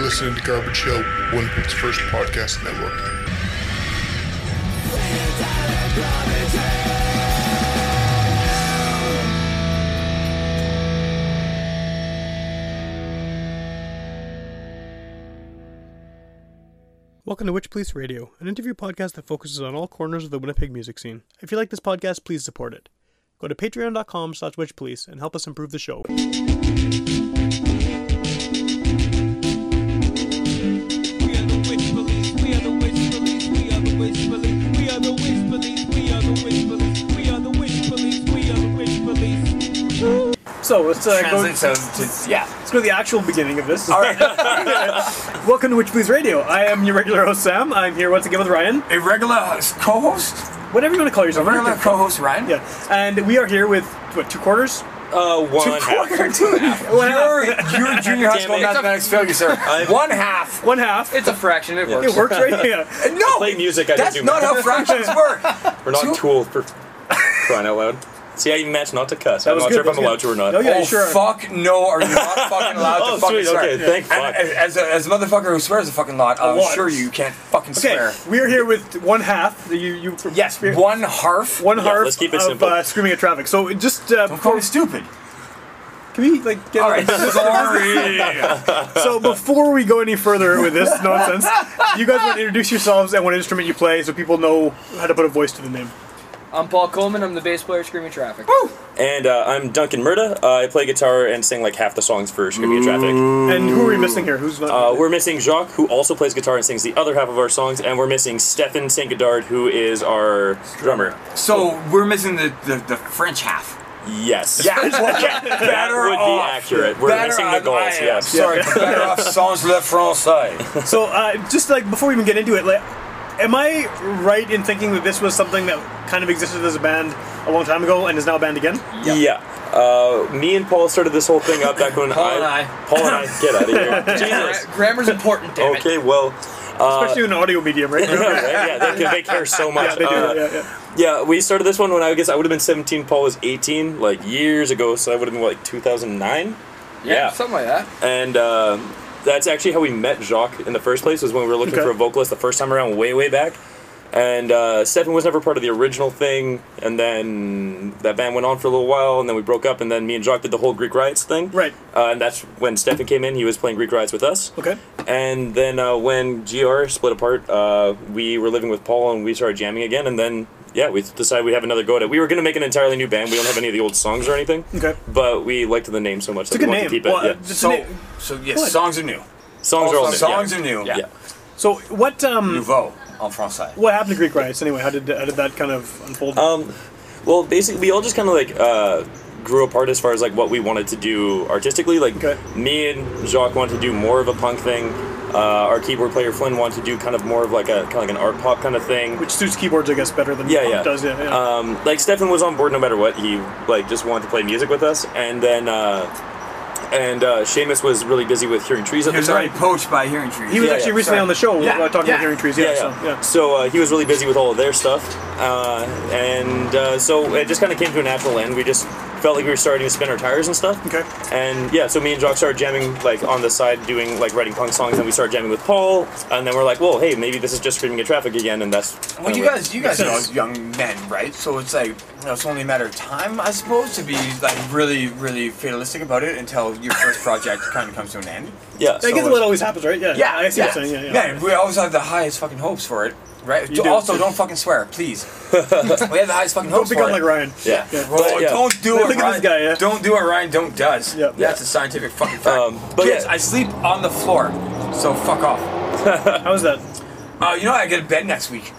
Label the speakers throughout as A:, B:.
A: listening to Garbage Show, Winnipeg's first podcast network.
B: Welcome to Witch Police Radio, an interview podcast that focuses on all corners of the Winnipeg music scene. If you like this podcast, please support it. Go to patreon.com slash witchpolice and help us improve the show.
C: We are the witch police. We are the witch police. We are the witch police. We are the witch police. We are the witch police. We are the witch police. We are the witch police.
B: So let's, uh, go,
D: Translate
B: let's
D: so to, yeah.
B: go to the actual beginning of this. Welcome to Witch Police Radio. I am your regular host, Sam. I'm here once again with Ryan.
D: A regular host- co-host?
B: Whatever you want to call yourself.
D: A regular co-host, Ryan?
B: Yeah. And we are here with, what, two quarters?
E: Uh, one
D: Two
E: and a half.
D: quarter, dude. You're, you're a junior high school
E: it.
D: mathematics failure, sir. One half. Uh,
B: One half.
F: It's a fraction. It works.
B: It works right here.
D: No.
E: Play music, I
D: That's
E: didn't do
D: not
E: math.
D: how fractions work.
E: We're not
D: Two-
E: cool for crying out loud. See, I even managed not to cuss. I'm
B: was
E: not
B: good,
E: sure if
B: that
E: I'm allowed
B: was
E: to or not.
B: No, yeah,
D: oh,
B: you sure. are.
D: fuck no, are you not fucking allowed to
E: Oh,
D: fucking
E: sweet,
D: swear?
E: okay, thank
D: And
E: fuck.
D: As, as, a, as a motherfucker who swears a fucking lot, I'm
B: lot.
D: sure you can't fucking
B: Okay,
D: swear.
B: we're here with one half. that You, you
D: Yes, one harf.
B: one
E: Yeah,
B: harp
E: let's keep it
B: of
E: simple.
B: uh, screaming at traffic. So just uh,
D: Don't call me stupid.
B: can we like get
D: All right, sorry.
B: so before we go any further with this nonsense, you guys want to introduce yourselves and what instrument you play so people know how to put a voice to the name.
F: I'm Paul Coleman. I'm the bass player, screaming traffic.
B: Oh,
E: And uh, I'm Duncan Murda. Uh, I play guitar and sing like half the songs for Screaming Traffic.
B: And who are we missing here? Who's not?
E: Uh, we're missing Jacques, who also plays guitar and sings the other half of our songs, and we're missing Stefan St. Godard, who is our drummer.
D: so we're missing the, the, the French half.
E: Yes.
D: Yeah, better
E: That would
D: off.
E: be accurate. We're
D: Better
E: missing
D: off-
E: the goals,
D: I am
E: yes.
D: Sorry, better off sans le français.
B: so uh, just like before we even get into it, like, am I right in thinking that this was something that kind of existed as a band a long time ago and is now a band again?
E: Yeah. Uh, me and Paul started this whole thing up back when
F: Paul
E: I,
F: and I.
E: Paul and I. Get out of here. Jesus.
F: Gra- Grammar's important, damn it.
E: Okay, well. Uh,
B: Especially in an audio medium, right?
E: Yeah, right? Yeah, they, can- they care so much.
B: yeah, they do.
E: Uh,
B: yeah, yeah.
E: yeah, we started this one when I guess I would have been 17, Paul was 18, like years ago, so that would have been like 2009.
F: Yeah,
E: yeah.
F: something like that.
E: And uh, that's actually how we met Jacques in the first place, was when we were looking
B: Okay.
E: for a vocalist the first time around, way, way back. And uh, Stefan was never part of the original thing, and then that band went on for a little while, and then we broke up, and then me and Jacques did the whole Greek Riots thing.
B: Right.
E: Uh, and that's when Stefan came in, he was playing Greek Riots with us.
B: Okay.
E: And then uh, when GR split apart, uh, we were living with Paul and we started jamming again. And then, yeah, we decided we'd have another go at it. We were going to make an entirely new band. We don't have any of the old songs or anything.
B: Okay.
E: But we liked the name so much
B: It's a
E: that
B: good
E: we
B: name.
E: wanted to keep it.
B: Well,
E: yeah.
B: it's a
D: So,
B: name-
D: so yes,
B: What?
D: songs are new.
E: Songs are all new.
D: songs
E: yeah.
D: are new.
E: Yeah.
B: So what um
D: Nouveau en français.
B: what happened to Greek Rice anyway? How did how did that kind of unfold?
E: Um, well, basically, we all just kind of like uh, grew apart as far as like what we wanted to do artistically. Like
B: Okay.
E: me and Jacques wanted to do more of a punk thing. Uh, our keyboard player Flynn wanted to do kind of more of like a kind of like an art pop kind of thing.
B: which suits keyboards, I guess, better than
E: yeah,
B: punk
E: yeah.
B: does. Yeah, yeah.
E: Um, like Stefan was on board no matter what. He like just wanted to play music with us, and then uh, and uh, Seamus was really busy with hearing trees at
D: He was
E: the time.
D: already poached by hearing trees.
B: he was
E: yeah,
B: actually
E: yeah,
B: recently
D: sorry.
B: on the show
D: Yeah,
B: uh, talking about
D: yeah.
B: hearing trees. Yeah,
E: yeah, yeah.
B: So, yeah.
E: So uh, he was really busy with all of their stuff, uh, and uh, so it just kind of came to a natural end. We just felt like we were starting to spin our tires and stuff.
B: Okay.
E: And yeah, so me and Jock started jamming like on the side, doing like writing punk songs, and we started jamming with Paul, and then we're like, well, hey, maybe this is just screaming at traffic again, and that's.
D: Well,
E: kinda
D: you
E: what-
D: guys, you guys are
B: Makes
D: all
B: sense.
D: young men, right? So it's like you know, it's only a matter of time, I suppose, to be like really, really fatalistic about it until your first project kind of comes to an end.
E: Yeah.
B: I
E: so-
B: guess what always happens, right? Yeah.
D: Yeah,
B: I see
D: yeah.
B: what you're saying. Yeah, yeah.
D: Man, we always have the highest fucking hopes for it, right?
B: You
D: Do-
B: do.
D: Also, don't fucking swear, please. we have the highest fucking
B: Don't
D: hopes
B: become
D: for
B: like
D: it.
B: Ryan.
E: yeah.
B: Yeah.
D: Oh,
E: But, yeah.
D: don't do
B: Look
D: it,
B: at this
D: Ryan.
B: guy, yeah.
D: Don't do it, Ryan. Don't does.
B: Yep.
D: That's a scientific fucking fact.
E: Um, but
D: Kids,
E: yeah.
D: I sleep on the floor, so fuck off.
B: How's that?
D: Uh, you know, I get a bed next week.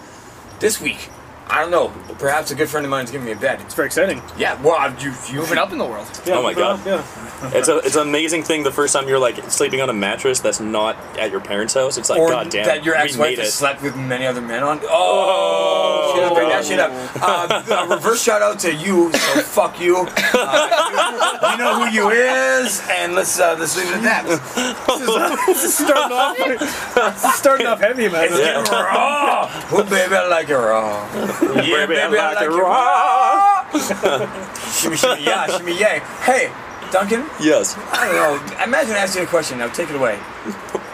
D: This week, I don't know. Perhaps a good friend of mine's giving me a bed.
B: It's very exciting.
D: Yeah. Well, I've- you you
F: Moving up in the world.
B: Yeah,
E: Oh my
B: but, uh,
E: God.
B: Yeah.
E: It's a it's an amazing thing the first time you're like sleeping on a mattress that's not at your parents' house. It's like
D: or
E: god damn
D: that your
E: we
D: ex-wife
E: made
D: has
E: it.
D: slept with many other men on. Oh, shit, bring that shit up. Uh, a reverse shout out to you. So fuck you. Uh, you, you know who you is, and let's uh, let's leave it at that.
B: starting off. this is starting off heavy, man.
D: It's getting raw. Oh, baby, I like it raw.
E: Yeah,
D: baby, I like it
E: raw.
D: shimmy, shimmy, yeah, shimmy, yay. Hey, Duncan,
E: Yes.
D: I don't know. Imagine asking a question. Now take it away.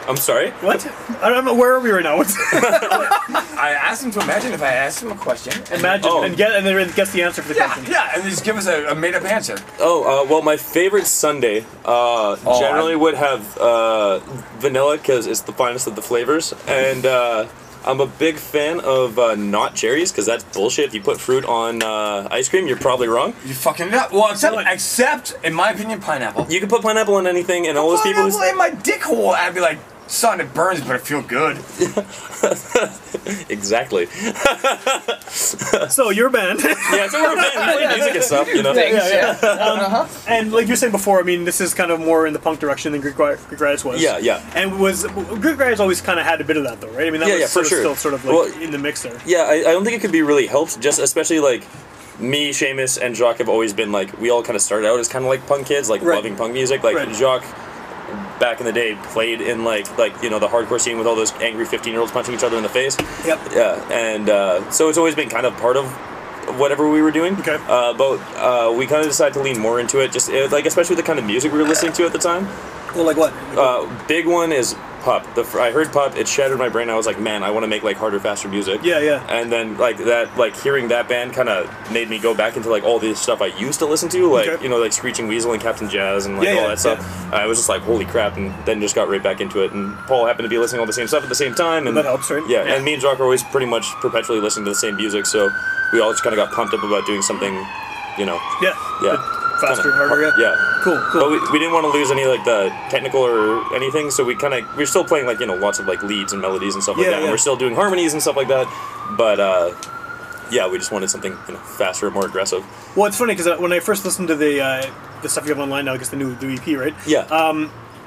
E: I'm sorry.
B: What? I don't know. Where are we right now? What's-
D: I asked him to imagine if I asked him a question. And
B: Imagine
E: Oh.
B: and get and then guess the answer for the
D: yeah,
B: question.
D: yeah, and just give us a, a made-up answer.
E: Oh, uh, well, my favorite Sunday
D: Oh,
E: uh, generally would have uh, vanilla because it's the finest of the flavors. And uh, I'm a big fan of uh, not cherries because that's bullshit. If you put fruit on uh, ice cream, you're probably wrong.
D: You fucking it up. Well, except, except in my opinion, pineapple.
E: You can put pineapple on anything, and all those people
D: pineapple
E: who.
D: in my dick hole. I'd be like, son, it burns, but it feel good.
E: Exactly.
B: So your band,
E: Yeah, so we're a band. We play music and stuff, you know?
F: Thanks, yeah.
B: and like you were saying before, I mean, this is kind of more in the punk direction than Greek, Ri- Greek Riot was.
E: Yeah, yeah.
B: And was Greek Riot always kind of had a bit of that though, right? I mean, that
E: Yeah,
B: was
E: yeah,
B: sort
E: for
B: of still
E: sure.
B: sort of like
E: Well-
B: in the mix there.
E: Yeah, I, I don't think it could be really helped. Just especially like me, Seamus, and Jacques have always been like we all kind of started out as kind of like punk kids, like
B: Right.
E: loving punk music. Like
B: Right.
E: Jacques back in the day played in like like you know the hardcore scene with all those angry 15 year olds punching each other in the face
B: Yep.
E: yeah and uh, so it's always been kind of part of whatever we were doing
B: Okay.
E: uh, but uh, we kind of decided to lean more into it just uh like especially the kind of music we were listening to at the time
B: Well, like what?
E: uh, big one is Pup. The, fir- I heard Pup. It shattered my brain. I was like, man, I want to make like harder, faster music.
B: Yeah, yeah.
E: And then like that, like hearing that band kind of made me go back into like all the stuff I used to listen to, like
B: Okay.
E: you know, like Screeching Weasel and Captain Jazz and like
B: Yeah,
E: all
B: yeah,
E: that stuff. I was just like, holy crap! And then just got right back into it. And Paul happened to be listening to all the same stuff at the same time. And
B: That helps, right?
E: Yeah,
B: Yeah.
E: And me and Jock are always pretty much perpetually listening to the same music, so we all just kind of got pumped up about doing something, you know.
B: Yeah.
E: Yeah. Oh.
B: Faster,
E: Kinda-
B: harder. Yeah.
E: Yeah.
B: Cool. Cool.
E: But we, we didn't want to lose any like the technical or anything, so we kind of we're still playing like you know lots of like leads and melodies and stuff like
B: Yeah,
E: that. And
B: yeah.
E: we're still doing harmonies and stuff like that. But uh, yeah, we just wanted something you know faster, more aggressive.
B: Well, it's funny because when I first listened to the uh, the stuff you have online now, I guess the new the EP, right?
E: Yeah.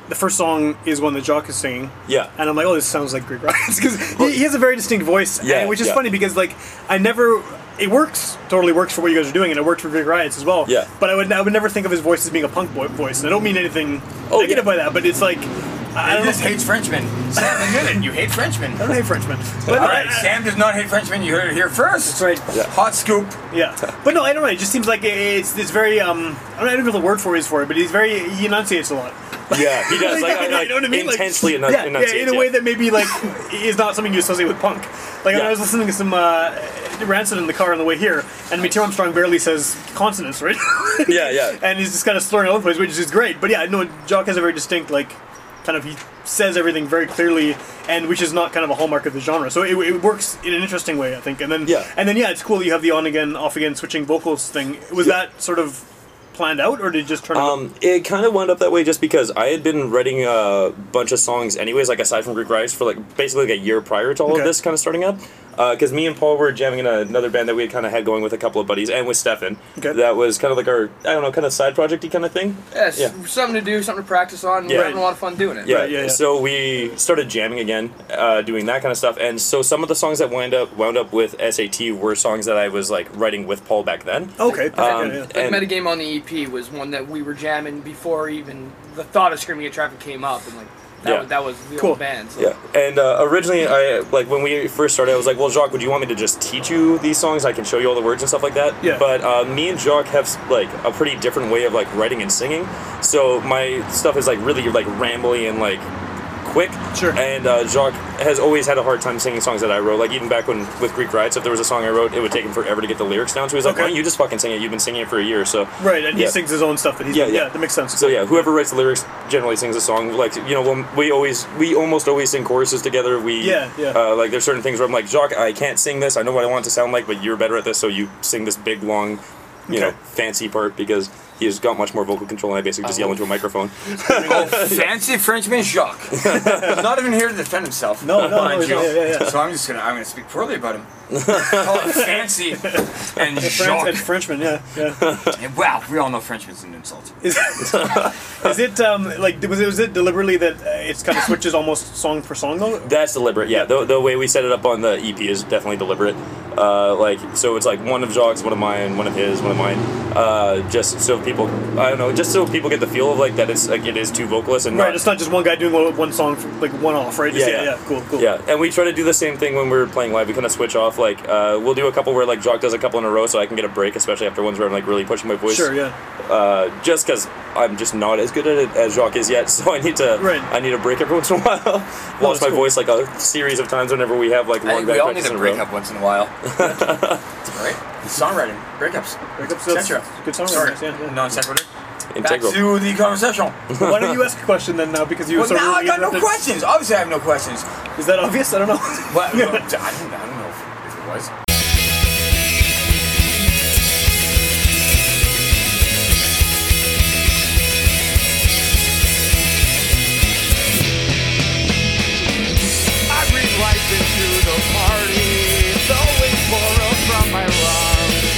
B: The first song is one that Jock is singing.
E: Um, Yeah.
B: And I'm like, oh, this sounds like Greek Riots because he, he has a very distinct voice,
E: Yeah,
B: and, which is
E: yeah.
B: funny because like I never. It works, totally works for what you guys are doing, and it worked for Greek Riots as well.
E: Yeah.
B: But I would, I would never think of his voice as being a punk boy voice, and I don't mean anything
E: Oh,
B: negative
E: yeah.
B: by that, but it's like I
D: I
B: don't know.
D: just hates Frenchmen. Sam, admit it. You hate Frenchmen.
B: I don't hate Frenchmen. But
D: All right, Sam does not hate Frenchmen. You heard it here first.
B: That's right.
D: Hot scoop.
B: Yeah, but no, I don't know. It just seems like it's it's very um. I don't, I don't know the word for it is for it, but he's very he enunciates a lot.
E: yeah, he does. Like, I- like, intensely enu-
B: yeah,
E: enunciates,
B: yeah, in a
E: yeah.
B: way that maybe like is not something you associate with punk. Like when
E: Yeah.
B: I was listening to some uh, Rancid in the car on the way here, and Mateo Armstrong barely says consonants, right?
E: Yeah, yeah.
B: and he's just kind of slurring all over the place, which is great. But yeah, no, Jock has a very distinct like. Kind of, he says everything very clearly, and which is not kind of a hallmark of the genre. So it, it works in an interesting way, I think. And then,
E: Yeah.
B: and then, yeah, it's cool. that You have the on again, off again, switching vocals thing. Was that sort of planned out, or did it just turn? out?
E: Um, it kind of wound up that way just because I had been writing a bunch of songs anyways, like aside from Greek Rice, for like basically like a year prior to all
B: Okay.
E: of this kind of starting up. Because me and Paul were jamming in another band that we had kind of had going with a couple of buddies and with Stefan.
B: Okay.
E: That was kind of like our, I don't know, kind of side projecty kind of thing.
F: Yeah, s-
E: Yeah.
F: something to do, something to practice on.
E: Yeah.
F: We're having a lot of fun doing it.
E: Yeah.
B: Right, yeah, yeah.
E: So we started jamming again, uh, doing that kind of stuff. And so some of the songs that wound up wound up with SAT were songs that I was like writing with Paul back then.
B: okay,
E: Um,
B: yeah, yeah.
F: The
E: and-
F: metagame on the EP was one that we were jamming before even the thought of Screaming at Traffic came up, and like that,
E: Yeah.
F: was, that was the
B: Cool.
F: old band. So.
E: Yeah, and uh, originally, I like when we first started, I was like, "Well, Jacques, would you want me to just teach you these songs? I can show you all the words and stuff like that."
B: Yeah.
E: But uh, me and Jacques have like a pretty different way of like writing and singing, so my stuff is like really like rambly and like quick.
B: Sure.
E: And uh, Jacques has always had a hard time singing songs that I wrote. Like even back when with Greek Riots, if there was a song I wrote, it would take him forever to get the lyrics down. So he's like,
B: Okay.
E: "Why don't you just fucking sing it? You've been singing it for a year, so."
B: Right, and he
E: Yeah.
B: sings his own stuff that he's
E: Yeah,
B: yeah,
E: yeah.
B: yeah. that makes sense.
E: So yeah, whoever writes the lyrics generally sings a song. Like you know, when we always, we almost always sing choruses together. We
B: Yeah, yeah.
E: Uh, like there's certain things where I'm like, Jacques, I can't sing this. I know what I want it to sound like, but you're better at this, so you sing this big long, you know,
B: Okay.
E: fancy part because he's got much more vocal control, and I basically just yell into a microphone.
D: Oh, fancy Frenchman Jacques. He's not even here to defend himself.
B: No, no, no,
D: mind
B: he's
D: you.
B: not- yeah, yeah, yeah.
D: So I'm just gonna I'm gonna speak poorly about him. Call him fancy and
B: French, and
D: Jacques.
B: Frenchman, yeah, yeah.
D: And wow, we all know Frenchman's an insult.
B: Is, is it um like was it was it deliberately that uh, it's kind of switches almost song for song though?
E: That's deliberate. Yeah, the, the way we set it up on the EP is E definitely deliberate. Uh, like so, it's like one of Jacques, one of mine, one of his, one of mine. Uh, just so people, I don't know, just so people get the feel of like that it's like it is two vocalists and
B: Right,
E: not
B: it's not just one guy doing one- one song, like one off, right? Just- yeah, cool, cool.
E: Yeah, and we try to do the same thing when we're playing live. We kind of switch off. Like, uh, we'll do a couple where like Jock does a couple in a row, so I can get a break, especially after ones where I'm like really pushing my voice.
B: Sure, yeah.
E: Uh, just because I'm just not as good at it as Jacques is yet, so I need to.
B: Right.
E: I need a break every once in a while. Lost my
B: cool.
E: voice like a series of times whenever we have like
D: I
E: long
D: think we
E: back
D: all need
E: practice
D: a
E: in a row.
D: breakup once in a while. right? Songwriting, breakups,
B: Breakups, that's
D: etc.
B: good songwriting,
D: Sorry,
B: yeah, yeah.
D: non sequitur. Back
E: Integral.
D: to the conversation.
B: Well, why don't you ask a question then now? Because you
D: Well,
B: sort of
D: now I got no
B: interrupted.
D: questions. Obviously, I have no questions.
B: Is that obvious? I don't know.
D: Well, I, don't, I don't I don't know if, if it was.
C: I breathe life into the party. It's always borrowed from my lungs.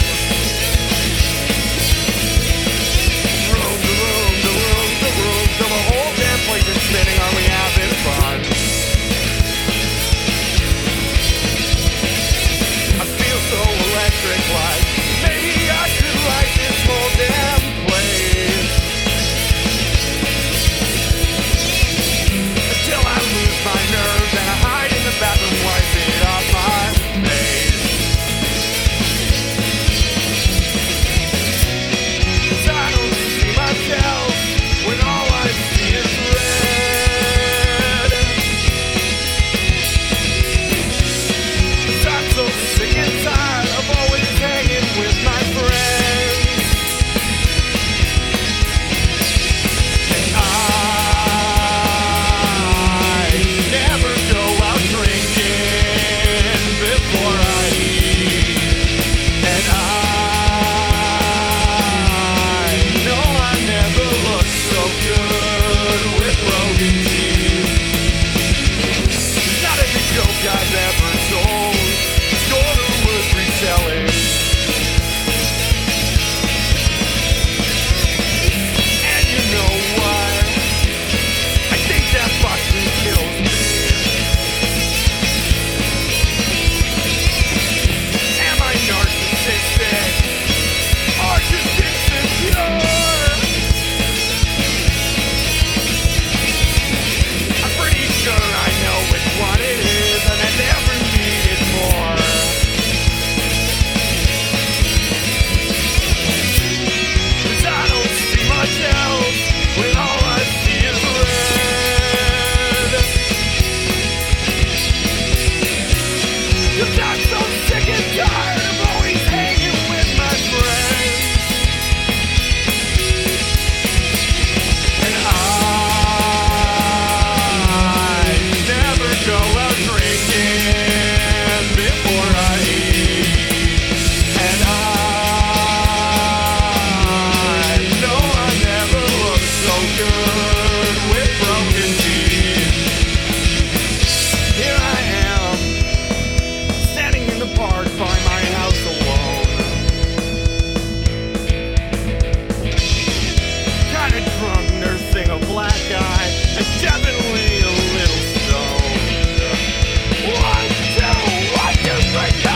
C: Room, the room, the room, the room, till the whole damn place is spinning. Are we having fun? I feel so electric, like maybe I could light this whole damn place. Till I lose my nerves and I hide in the bathroom, wipe it off my face. Cause I don't see myself when all I see is red. i I'm so sick and tired of always hanging with my friends. I never go out drinking before I eat, and I know I never look so good with broken teeth. Not any joke I've ever told is gonna worth retelling. And you know what? I think that fucking kills me. Am I narcissistic? Or just insecure? I'm pretty sure I know which one it is, and I never needed more. Cause I don't see much else when all I see is red. Cause I'm so sick and tired of always hanging with my friends. And I never go out drinking before I eat. And I know I never looked so good with broken teeth. Here I am, standing in the park by my house alone. Kinda drunk, nursing a black eye, and definitely a little stoned. One, two, one, two, three, go!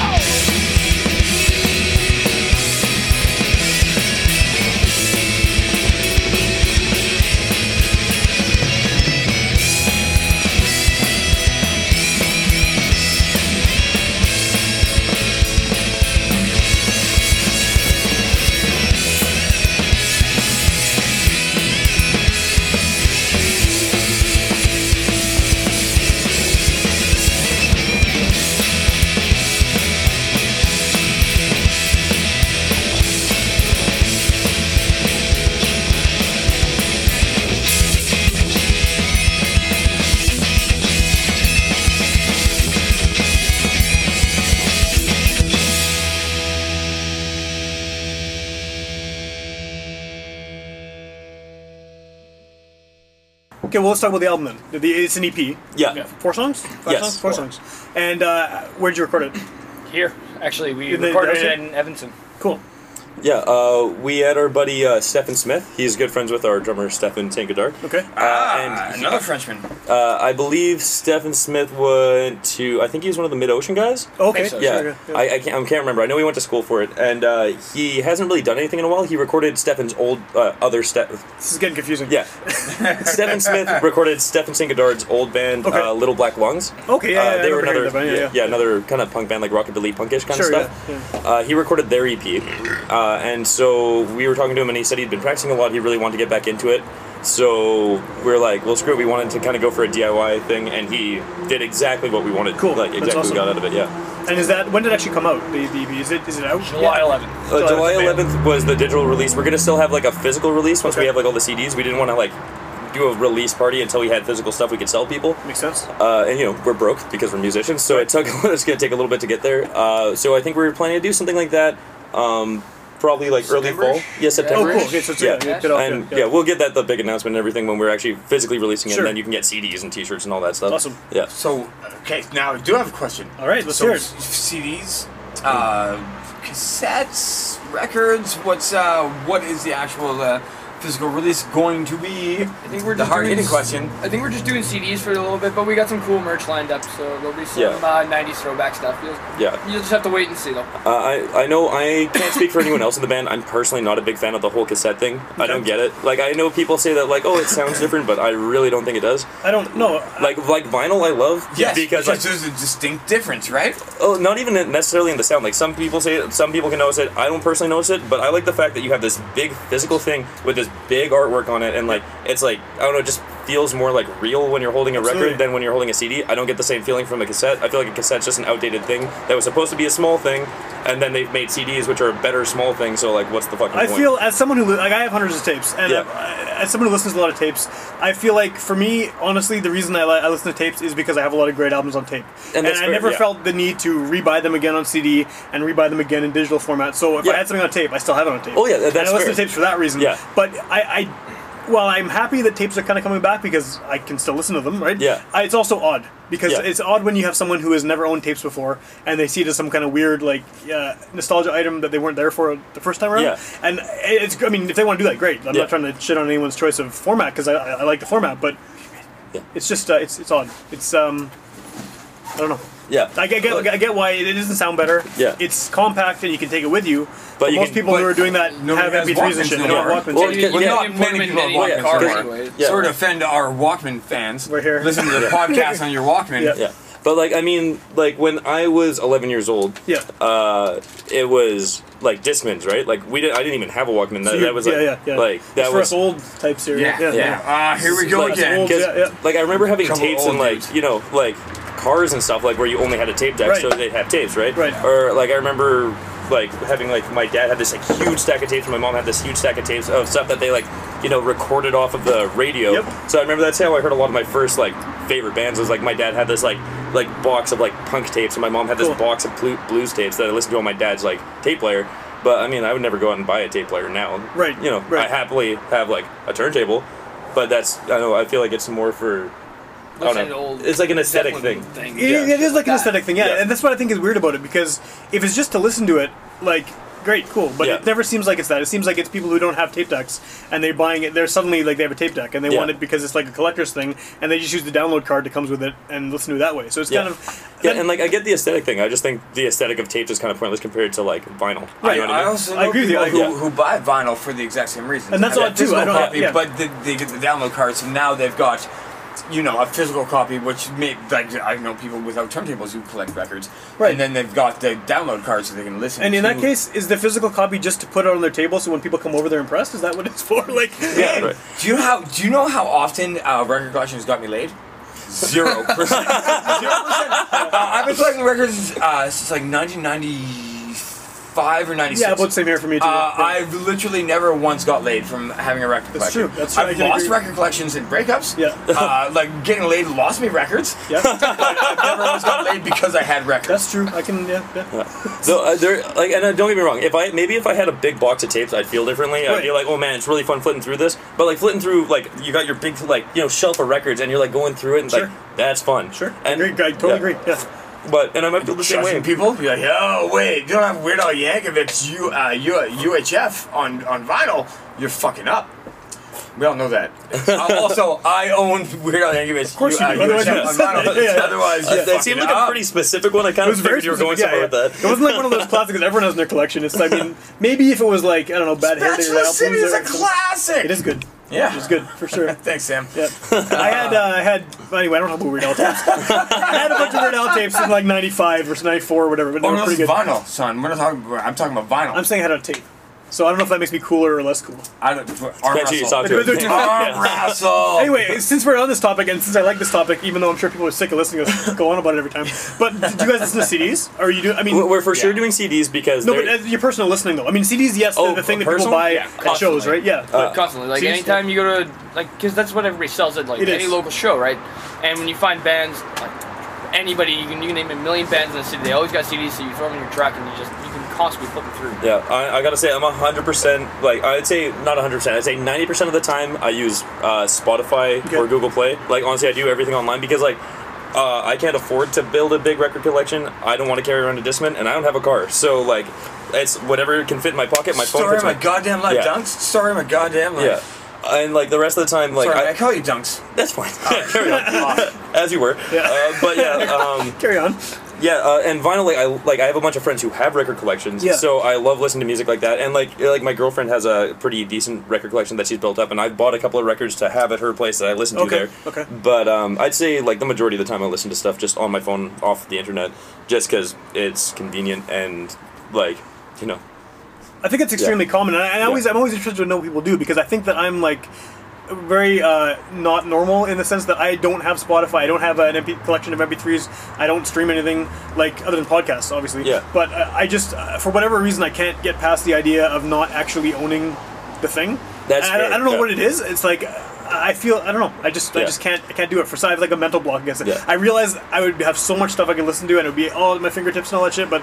B: Okay, well, let's talk about the album then. The, it's an EP.
E: Yeah.
B: Four songs? Five
E: Yes,
B: songs? Four,
E: four.
B: songs. And uh, where'd you record it?
F: Here, actually, we
B: In the
F: recorded it
B: desert?
F: in Evanston.
B: Cool.
E: Yeah, uh, we had our buddy uh, Stefan Smith. He's good friends with our drummer Stefan Tinkadark.
B: Okay.
E: Uh,
D: Ah,
E: and he-
D: another Frenchman.
E: uh, I believe Stefan Smith went to. I think he was one of the Mid Ocean guys.
B: Okay.
D: so.
E: Yeah,
B: Sure, yeah.
E: I, I, can't, I can't remember. I know he went to school for it, and uh, he hasn't really done anything in a while. He recorded Stefan's old uh, other Ste-
B: This is getting confusing.
E: Yeah. Stephen Smith recorded Stephen Sinkadard's old band,
B: Okay.
E: uh, Little Black Lungs.
B: Okay, yeah,
E: Uh,
B: yeah, I
E: they were
B: remember
E: another,
B: hearing that band, yeah,
E: yeah,
B: yeah.
E: another kind of punk band like rockabilly punkish kind
B: Sure,
E: of stuff.
B: yeah,
E: Uh, he recorded their EP, uh, and so we were talking to him, and he said he'd been practicing a lot. He really wanted to get back into it, so we we're like, well, screw it. We wanted to kind of go for a DIY thing, and he did exactly what we wanted.
B: Cool,
E: like
B: that's
E: exactly what
B: awesome.
E: we got out of it. Yeah.
B: And is that when did it actually come out? The, the is it is it out?
F: July 11th.
E: Uh,
B: that's
E: July
B: amazing.
E: 11th was the digital release. We're gonna still have like a physical release once
B: Okay.
E: we have like all the CDs. We didn't want to like do a release party until we had physical stuff we could sell people.
B: Makes sense.
E: uh, and you know we're broke because we're musicians, so it took it's gonna take a little bit to get there. Uh, so I think we were planning to do something like that, um, probably like early fall.
D: September-ish?
E: Yeah,
B: Oh,
E: September.
B: cool. Okay, so it's
E: Yeah,
B: yeah, good off,
E: and yeah, we'll get that the big announcement and everything when we're actually physically releasing it,
B: Sure.
E: and then you can get CDs and T-shirts and all that stuff.
B: Awesome.
E: Yeah.
D: So, okay, now I do have a question.
B: All right, let's
D: so
B: hear it.
D: CDs, uh, cassettes, records. What's uh, what is the actual uh, physical release going to be?
F: I think we're
D: the
F: just
D: hard
F: doing
D: hitting
F: s-
D: question.
F: I think we're just doing CDs for a little bit, but we got some cool merch lined up, so there'll be some
E: Yeah.
F: uh, 90s throwback stuff. You'll,
E: Yeah.
F: you'll just have to wait and see, though.
E: Uh, I I know I can't speak for anyone else in the band. I'm personally not a big fan of the whole cassette thing. I don't get it. Like I know people say that like oh it sounds different, but I really don't think it does.
B: I don't know.
E: Like like vinyl I love
D: Yes,
E: because,
D: because,
E: like,
D: there's a distinct difference, right?
E: Oh, not even necessarily in the sound. Like some people say, it, some people can notice it. I don't personally notice it, but I like the fact that you have this big physical thing with this big artwork on it, and like it's like I don't know, it just feels more like real when you're holding a
B: Absolutely.
E: record than when you're holding a CD. I don't get the same feeling from a cassette. I feel like a cassette's just an outdated thing that was supposed to be a small thing, and then they've made CDs which are a better small thing. So like, what's the fucking
B: I
E: point?
B: feel as someone who li- like I have hundreds of tapes, and
E: Yeah.
B: I- as someone who listens to a lot of tapes, I feel like for me, honestly, the reason I, li- I listen to tapes is because I have a lot of great albums on tape,
E: And that's
B: I
E: fair,
B: never
E: yeah.
B: felt the need to rebuy them again on CD and rebuy them again in digital format. So if I
E: Yeah.
B: had something on tape, I still have it on tape.
E: Oh, yeah, that-
B: and
E: that's
B: I listen
E: fair.
B: to tapes for that reason.
E: Yeah.
B: but I. I well, I'm happy that tapes are kind of coming back because I can still listen to them, right?
E: Yeah.
B: I, it's also odd because
E: Yeah.
B: it's odd when you have someone who has never owned tapes before and they see it as some kind of weird like uh, nostalgia item that they weren't there for the first time around.
E: Yeah.
B: And it's, I mean, if they want to do that, great. I'm
E: Yeah.
B: not trying to shit on anyone's choice of format because I, I, I like the format, but
E: Yeah.
B: it's just, uh, it's, it's odd. It's, um, I don't know.
E: yeah.
B: I get, I get, I get why it, it doesn't sound better.
E: Yeah.
B: It's compact and you can take it with you.
E: But you
B: most
E: can-
B: people who
D: but
B: are doing that
D: nobody
B: have
D: has
B: MP3s and shit. They
D: Walkmans anymore.
B: don't have Walkmans.
E: Well,
F: you,
E: yeah,
F: not
D: not
F: import
D: many
F: them in
D: people have Walkmans,
F: any car
E: yeah.
F: anyway.
E: Yeah.
D: Sorry to offend our Walkman fans.
B: We're here.
D: Listen to the podcast on your Walkman.
B: Yeah.
E: yeah. But like, I mean, like when I was 11 years old,
B: Yeah.
E: uh, it was like Discmans, right? Like we didn't, I didn't even have a Walkman. That,
B: So you-
E: that was like,
B: yeah, yeah, yeah.
E: like
B: It's
E: that
B: for
E: was
B: us old type series.
D: Yeah, yeah. Ah, here we go
E: Like,
D: again.
B: old-
E: 'cause,
B: yeah, yeah.
E: Like I remember having
D: Couple
E: tapes and
D: old
E: like
D: dudes.
E: you know like cars and stuff like where you only had a tape deck,
B: Right.
E: so they'd have tapes, right?
B: Right.
E: Or like I remember like having like my dad had this like huge stack of tapes, and my mom had this huge stack of tapes of stuff that they like you know recorded off of the radio.
B: Yep.
E: So I remember that's how I heard a lot of my first like favorite bands was like my dad had this like like box of like punk tapes, and my mom had this
B: Cool.
E: box of blu- blues tapes that I listened to on my dad's like tape player. But I mean, I would never go out and buy a tape player now.
B: Right,
E: You know,
B: right.
E: I happily have like a turntable, but that's I don't know. I feel like it's more for I don't
F: Listen
E: know.
F: to old
E: Oh, It's like an aesthetic
F: Zeppelin
E: thing.
F: thing.
B: It-
E: Yeah.
B: it is like an
F: That-
B: aesthetic thing, yeah.
E: Yeah.
B: And that's what I think is weird about it because if it's just to listen to it, like, great, cool. But
E: Yeah.
B: it never seems like it's that. It seems like it's people who don't have tape decks and they're buying it. They're suddenly like they have a tape deck and they
E: Yeah.
B: want it because it's like a collector's thing and they just use the download card that comes with it and listen to it that way. So it's
E: Yeah.
B: kind of.
E: Yeah,
B: that-
E: and like I get the aesthetic thing. I just think the aesthetic of tapes is kind of pointless compared to like vinyl.
B: Right,
E: You know what
D: I
E: I mean?
D: also know
B: I agree with you,
D: people
B: I
D: who,
E: agree.
D: who buy vinyl for the exact same reason.
B: And that's
D: They
B: odd
D: have a
B: too, I
D: physical
B: don't-
D: copy,
B: yeah.
D: but they, they get the download card, so now they've got, you know, a physical copy, which may like I know people without turntables who collect records,
B: Right.
D: And then they've got the download card, so they can listen.
B: and in that
D: to-
B: case, is the physical copy just to put it on their table so when people come over they're impressed? Is that what it's for? Like,
E: yeah, right.
D: do you know how do you know how often uh, record collections got me laid? Zero percent. Zero percent. Uh, I've been collecting records uh, since like 1995 or 96.
B: yeah, about the same here for me too.
D: Uh,
B: Yeah.
D: I've literally never once got laid from having a record
B: That's
D: collection.
B: true, that's true, I
D: I've
B: can
D: lost
B: agree.
D: record collections in breakups.
B: Yeah.
D: uh, like getting laid lost me records.
B: yeah,
D: I've never once got laid because I had records.
B: that's true. I can, yeah. yeah.
E: So uh, there, like, and uh, don't get me wrong. If I maybe if I had a big box of tapes, I'd feel differently. I'd
B: Right.
E: be like, oh man, it's really fun flitting through this. But like flitting through, like you got your big like you know shelf of records, and you're like going through it, and
B: Sure.
E: like that's fun.
B: Sure.
E: And
B: agree, I totally
E: yeah.
B: agree. Yeah.
E: But and I might feel the same way.
D: Judging people, be like, oh wait, you don't have Weird Al Yankovic's U, uh, U, UHF on, on vinyl, you're fucking up. We all know that. Uh, also, I own Weird Al Yankovic's uh, of
B: course you do.
D: UHF on vinyl.
B: Yeah.
D: Otherwise, you're
E: That- that uh,
D: fucking
E: seemed like a
D: up.
E: pretty specific one. I kind
B: It
E: of
B: was very
E: figured you were going
B: specific,
E: somewhere
B: yeah, yeah.
E: with
B: It wasn't like one of those classics that everyone has in their collection. It's I mean, maybe if it was like I don't know, Bad Hair Day
D: Bachelor
B: albums.
D: City is
B: or-
D: a classic.
B: It is good.
D: Yeah.
B: it's good for sure.
D: Thanks, Sam.
B: Yep. I had uh, I had anyway. I don't have Weird Al tapes. I had a bunch of Weird Al tapes in like '95 or '94 or whatever, but they
D: Oh,
B: were
D: no,
B: pretty
D: this is
B: good.
D: vinyl, son. We're not talking. I'm talking about vinyl.
B: I'm saying I had a tape, so I don't know if that makes me cooler or less cool.
D: I don't, arm
E: that. you talk
D: wrestle.
E: to
B: But they're
E: it.
B: too-
D: Arm wrestle.
B: Anyway, since we're on this topic and since I like this topic, even though I'm sure people are sick of listening to us go on about it every time, but do you guys listen to CDs? Or you do? I mean,
E: We're we're for sure
D: Yeah.
E: doing CDs because
B: no,
E: they're-
B: but as your personal listening though. I mean, CDs, yes,
E: Oh,
B: they're the thing that
E: personal?
B: people buy
D: Yeah,
B: at shows,
D: constantly.
B: right? Yeah.
F: constantly. Like
B: Seems-
F: anytime you go to like, because that's what everybody sells at like
B: It
F: any
B: is.
F: local show, right? And when you find bands, like anybody, you can you can name a million bands in the city. They always got CDs, so you throw them in your truck and you just you can constantly flip them through.
E: Yeah, I, I gotta say I'm hundred percent like I'd say not hundred percent. I'd say ninety percent of the time I use uh, Spotify
B: Okay.
E: or Google Play. Like honestly, I do everything online because like uh, I can't afford to build a big record collection. I don't want to carry around a discman, and I don't have a car. So like it's whatever can fit in my pocket. My phone
D: Story
E: fits
D: of
E: in
D: my
E: my
D: goddamn life,
E: Yeah.
D: Dunks. Story of my goddamn life.
E: yeah. And like the rest of the time, like
D: Sorry, I,
E: I,
D: call you Dunks.
E: that's fine. Carry on, as you were. Uh, but yeah, um,
B: Carry on.
E: Yeah, uh, and vinyl, like I like I have a bunch of friends who have record collections,
B: Yeah.
E: so I love listening to music like that. And like like my girlfriend has a pretty decent record collection that she's built up, and I bought a couple of records to have at her place that I listen to
B: Okay,
E: there.
B: okay.
E: But um, I'd say like the majority of the time I listen to stuff just on my phone off the internet, just because it's convenient and like you know
B: I think it's extremely common, and I, I always I'm always interested to know what people do because I think that I'm like very uh, not normal in the sense that I don't have Spotify, I don't have an MP collection of MP3s, I don't stream anything like other than podcasts, obviously.
E: Yeah.
B: But uh, I just, uh, for whatever reason, I can't get past the idea of not actually owning the thing.
E: That's
B: And I,
E: fair,
B: I don't know
E: yeah.
B: what it is. It's like. uh, I feel I don't know. I just I
E: Yeah.
B: just can't I can't do it. For some, I have like a mental block against it.
E: Yeah.
B: I realize I would have so much stuff I can listen to, and it would be all at my fingertips and all that shit. But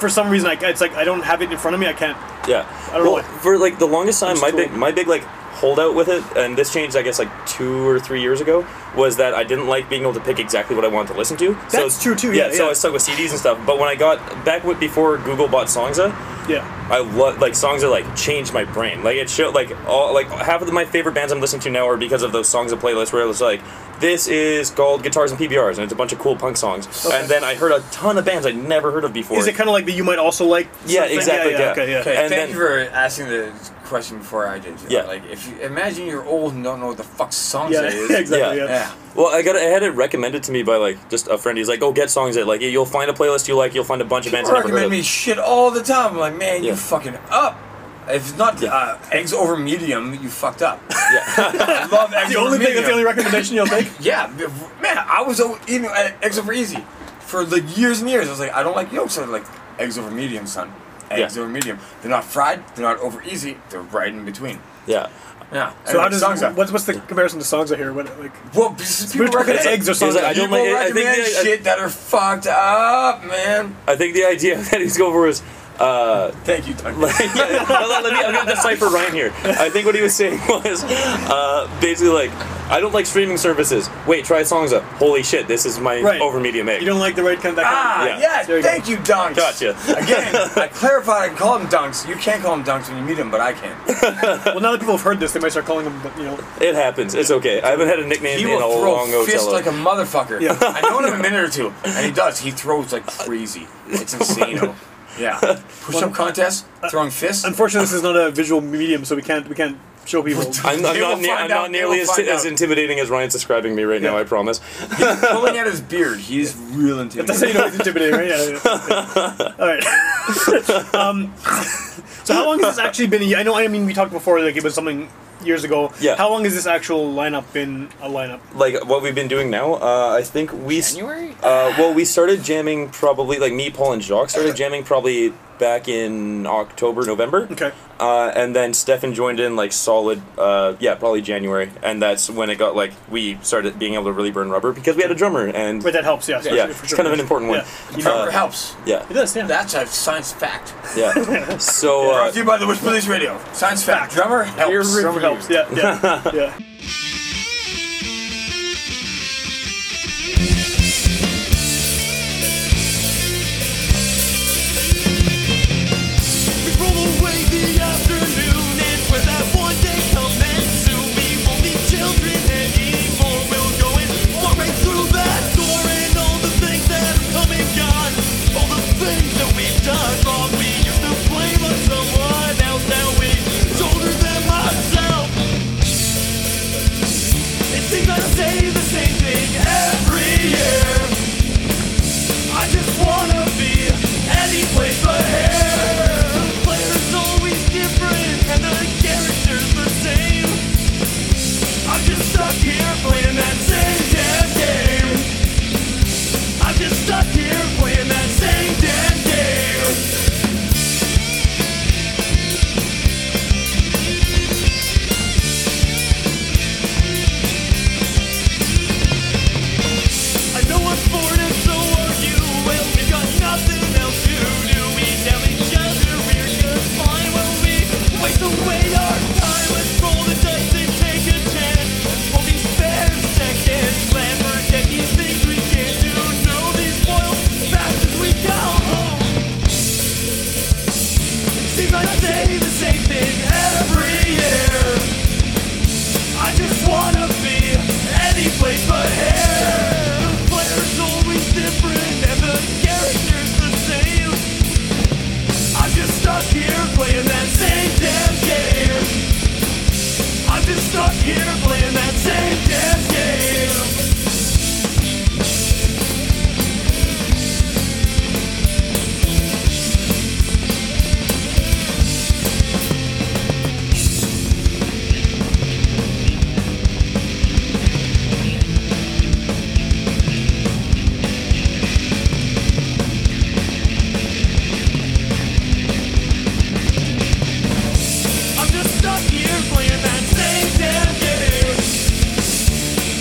B: for some reason, I, it's like I don't have it in front of me. I can't
E: Yeah.
B: I don't
E: well,
B: know.
E: for like the longest time,
B: just
E: my
B: too
E: big
B: old.
E: my big like holdout with it, and this changed, I guess, like two or three years ago, was that I didn't like being able to pick exactly what I wanted to listen to.
B: That's
E: so,
B: true, too, yeah,
E: So
B: yeah.
E: I stuck with CDs and stuff. But when I got back with before Google bought Songza,
B: Yeah.
E: I love like songs that like changed my brain. Like it showed like all like half of my favorite bands I'm listening to now are because of those songs and playlists where it was like this is called guitars and PBRs and it's a bunch of cool punk songs. And then I heard a ton of bands I'd never heard of before.
B: Is it kind of like the you might also like?
E: yeah,
B: something?
E: exactly. Yeah,
B: Okay, yeah.
D: Okay,
E: And
D: thank
E: then-
D: you for asking the question before I did.
E: Yeah.
D: Like, if you imagine you're old and don't know what the fuck songs
B: Yeah,
D: is.
B: yeah, exactly. Yeah.
E: Yeah.
D: Yeah.
E: Well, I got I had it recommended to me by like just a friend. He's like, "Go get songs that like you'll find a playlist you like. You'll find a bunch of bands."
D: People
E: you never heard
D: recommend
E: of."
D: me shit all the time. I'm like, man,
E: Yeah.
D: you fucking up. If not uh, eggs over medium, you fucked up. I love eggs
B: The
D: over
B: only thing
D: medium.
B: that's the only recommendation you'll make.
D: Yeah, man, I was o- eating uh, eggs over easy for like years and years. I was like, I don't like yolks. I was like eggs over medium, son. Eggs
E: Yeah.
D: over medium. They're not fried. They're not over easy. They're right in between.
E: Yeah.
D: Yeah.
B: So how does
D: songs are.
B: what's, what's the comparison to songs I hear? What like?
D: Well, because people
B: Spoon-
D: recommend
B: eggs or
D: people
B: something.
E: I don't like it. I think
D: recommend
E: the- I-
D: shit that are fucked up, man.
E: I think the idea that he's going for is. Uh,
D: Thank you, Doug.
E: like, yeah, no, let, let me, I'm gonna decipher Ryan here. I think what he was saying was uh, basically like, I don't like streaming services. Wait, try songs up. Holy shit, this is my
B: Right.
E: over medium egg.
B: You don't like the right kind of that
D: Ah,
B: kind
E: Yeah.
D: yes,
B: There you
D: thank you, Dunks.
E: Gotcha.
D: Again, I clarified. I can call them Dunks. You can't call them Dunks when you meet them, but I can.
B: of, Well, now that people have heard this, they might start calling them. You know,
E: It happens. It's okay. I haven't had a nickname
D: He
E: in a
D: will throw
E: long
D: a fist
E: Othello.
D: like a motherfucker.
B: Yeah.
D: I know him in a minute or two, and he does. He throws like crazy. It's insane. yeah. Push-up contest, throwing fists.
B: unfortunately, this is not a visual medium, so we can't we can't show people.
E: I'm, I'm
D: They will
E: not, ne-
D: find
E: I'm
D: out.
E: not
D: They
E: nearly
D: will
E: as,
D: find
E: as
D: out.
E: intimidating as Ryan's describing me right now. I promise.
D: pulling at his beard. He's real
B: That's how you
D: intimidating.
B: know it's intimidating, right? Yeah, yeah, yeah. All right. um, so how long has this actually been? I know. I mean, we talked before, like it was something years ago.
E: Yeah.
B: How long has this actual lineup been a lineup?
E: Like what we've been doing now. Uh, I think we s-
F: January?
E: Uh, well, we started jamming probably like me, Paul, and Jacques started jamming probably back in October, November.
B: Okay.
E: Uh, and then Stefan joined in like solid, uh, yeah, probably January, and that's when it got like we started being able to really burn rubber because we had a drummer and
B: But that helps. Yeah.
E: yeah,
B: for
E: it's
B: sure.
E: kind of an important one.
B: Yeah.
D: You
E: Uh,
D: know, it helps.
E: Yeah,
B: It does. Yeah.
D: That's a science fact.
E: yeah. So uh,
D: Brought to you by the Wish Police Radio. Science fact. Drummer helps.
B: Rubber helps. Yeah, yeah, yeah.
C: Thank Seems I say the same thing every year. I just wanna be any place but here. The player's always different and the character's the same. I'm just stuck here playing that same damn game. I'm just stuck here playing that same damn game. I know I'm bored and so are you. Well, we got nothing else to do. We tell each other we're just fine. Well, we waste away our time. Let's roll the dice and take a chance. All these fair second glance. Forget these things we can't do. No, these spoil fast as we go home. Seems I say the same thing every year. I just wanna be any place but here. The player's always different and the character's the same. I'm just stuck here playing that same damn game. I'm just stuck here playing that same damn game. I'm just stuck here playing that same damn game.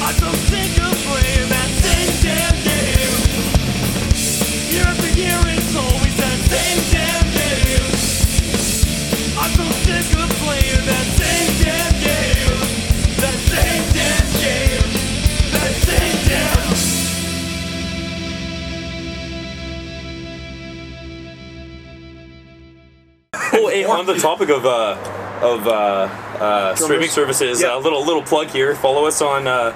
C: I'm so sick of playing that same damn game. Year after year, it's always that same damn game. I'm so sick of playing that same damn game. That same damn game. That same damn.
E: Oh, hey, on the topic of uh, of uh, uh, streaming services, a
B: Yeah.
E: little little plug here. Follow us on uh,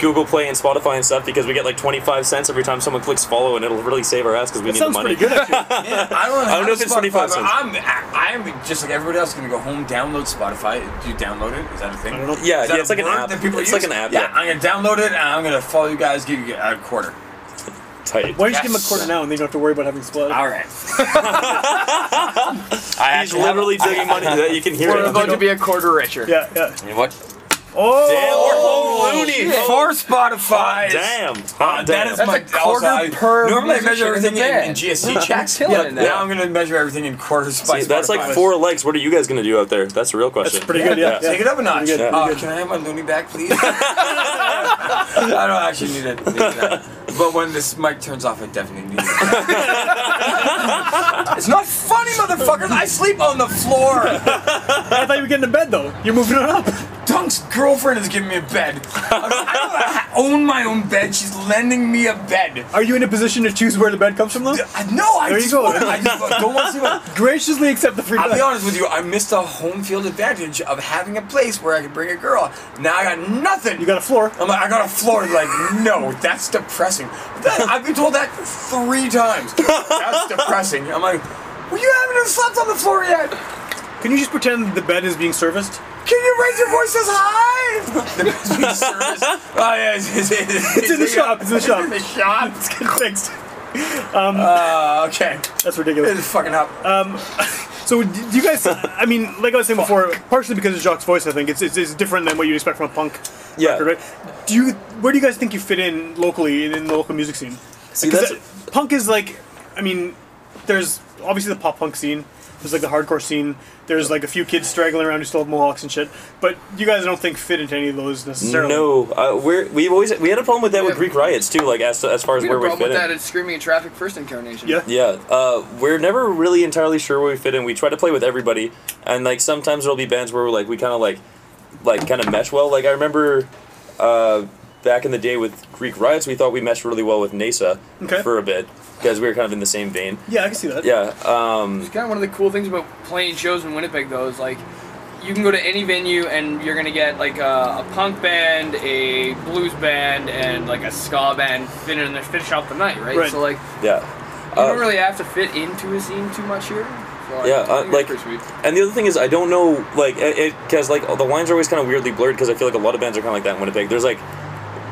E: Google Play and Spotify and stuff because we get like twenty five cents every time someone clicks follow, and it'll really save our ass because we need the
B: Sounds
E: money.
B: pretty good, actually.
D: I don't know,
E: I don't know if it's
D: Spotify,
E: 25
D: but
E: cents.
D: I'm, I, I'm just like everybody else going to go home, download Spotify. Do you download it? Is that a thing?
E: Yeah,
D: Is that
E: yeah, it's
D: a
E: like an
D: word
E: app.
D: that people
E: It's
D: use?
E: like an app, yeah.
D: I'm going to download it and I'm going to follow you guys, give you a quarter.
E: Tight.
B: Why don't you give him a
D: Yes.
B: quarter now and then you don't have to worry about having split?
D: All right. I
E: He's literally digging money that you can hear
F: We're
E: it.
F: about to be a quarter richer.
B: Yeah, yeah.
D: You know what?
B: Oh,
E: Damn, we're loony.
D: For Spotify.
E: Damn.
D: Uh, that is
E: Damn.
F: That's
D: my
F: a
D: also,
F: quarter
D: I-
F: per
D: Normally I measure
F: musician in the
D: everything in, in
F: band.
D: GSC checks.
F: killing
D: Yeah,
F: it
D: now.
F: now.
D: I'm gonna measure everything in quarters by
E: See, that's like
D: Spotify.
E: four legs. What are you guys gonna do out there? That's the real question.
B: that's pretty good, yeah.
D: Take it up a notch.
B: Pretty good,
D: Uh,
B: pretty good.
D: Can I have my loony back, please? I don't actually need it. need that. But when this mic turns off, I definitely need it. it's not funny, motherfuckers. I sleep on the floor.
B: I thought you were getting to bed though. You're moving on up.
D: Dunk's girlfriend is giving me a bed. I don't own my own bed. She's lending me a bed.
B: Are you in a position to choose where the bed comes from though?
D: I, no, I
B: There you
D: just,
B: go.
D: want- I just don't want to see my.
B: Graciously accept the free
D: I'll
B: bed.
D: be honest with you, I missed a home field advantage of having a place where I could bring a girl. Now I got nothing.
B: You got a floor.
D: I'm like, I got a floor. Like, no, that's depressing. That, I've been told that three times. That's depressing. I'm like, well, you haven't even slept on the floor yet.
B: Can you just pretend the bed is being serviced?
D: Can you raise your voice as high? the business service. Oh, yeah, it's, it's, it's,
B: It's in the shop. It's in the
D: In the
B: shop.
D: shop.
B: It's good. Thanks.
D: Uh, okay.
B: That's
D: It's
B: ridiculous.
D: fucking up.
B: So, do you guys? I mean, like I was saying before, partially because of Jacques' voice, I think it's, it's, it's different than what you'd expect from a punk
E: Yeah.
B: record, right? Do you? Where do you guys think you fit in locally in, in the local music scene?
E: See,
B: Because
E: that's
B: that- punk is like, I mean, there's obviously the pop punk scene. There's like the hardcore scene. There's like a few kids straggling around who still have mohawks and shit. But you guys, I don't think fit into any of those necessarily.
E: no. Uh, we're we've always we had a problem with that with
F: Yeah.
E: Greek riots too. Like as as far as
F: We had
E: where
F: a
E: we
F: problem
E: fit
F: with
E: in.
F: that at Screaming in Traffic first incarnation.
B: Yeah.
E: Yeah, uh, we're never really entirely sure where we fit in. We try to play with everybody, and like sometimes there'll be bands where we're like we kind of like, like kind of mesh well. Like I remember, uh, back in the day with Greek Riots, we thought we meshed really well with NASA
B: Okay.
E: for a bit because we were kind of in the same vein.
B: Yeah, I can see that.
E: Yeah, uh,
F: It's kind of one of the cool things about playing shows in Winnipeg, though, is like you can go to any venue and you're gonna get like a, a punk band, a blues band, and like a ska band fit in there, finish out the night, right?
B: Right.
F: So like you
E: yeah.
F: don't
E: Uh,
F: really have to fit into a scene too much here. floor.
E: Yeah,
F: I think
E: uh,
F: it's
E: like,
F: pretty sweet.
E: and the other thing is, I don't know, like, it- it because like the lines are always kind of weirdly blurred because I feel like a lot of bands are kind of like that in Winnipeg. There's like,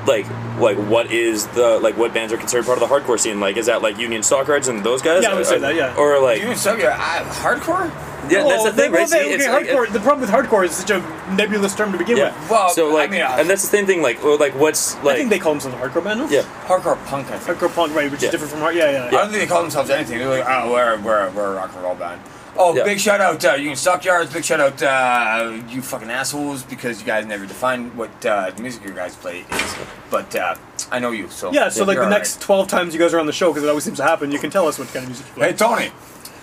E: like, like what is the like what bands are considered part of the hardcore scene? Like, is that like Union Stockridge and those guys?
B: Yeah, I would say
E: Or-
B: that, yeah.
E: Or like,
D: You and Sugar, I hardcore.
E: yeah, that's the
B: Well,
E: thing,
B: well,
E: right?
B: they-
E: See,
B: okay,
E: it's like-
B: hardcore, the problem with hardcore is such a nebulous term to begin
E: yeah.
B: with.
D: Well,
E: so
D: I
E: like,
D: mean, uh,
E: and that's the same thing. Like, or, like what's like?
B: I think they call themselves a hardcore band, no?
E: yeah.
D: Hardcore punk, I think.
B: Hardcore punk, right, which
E: Yeah.
B: is different from hard. Yeah, yeah.
D: I don't think they call themselves anything. They're like, oh, we're, we're, we're a rock and roll band. Oh,
E: Yeah.
D: big shout out, uh, you can suck yards. Big shout out, uh, you fucking assholes, because you guys never define what uh, the music you guys play is. But uh, I know you, so.
B: Yeah, so like
D: you're
B: the
D: all
B: next 12 times you guys are on the show, because it always seems to happen, you can tell us what kind of music you play.
D: right. Hey, Tony,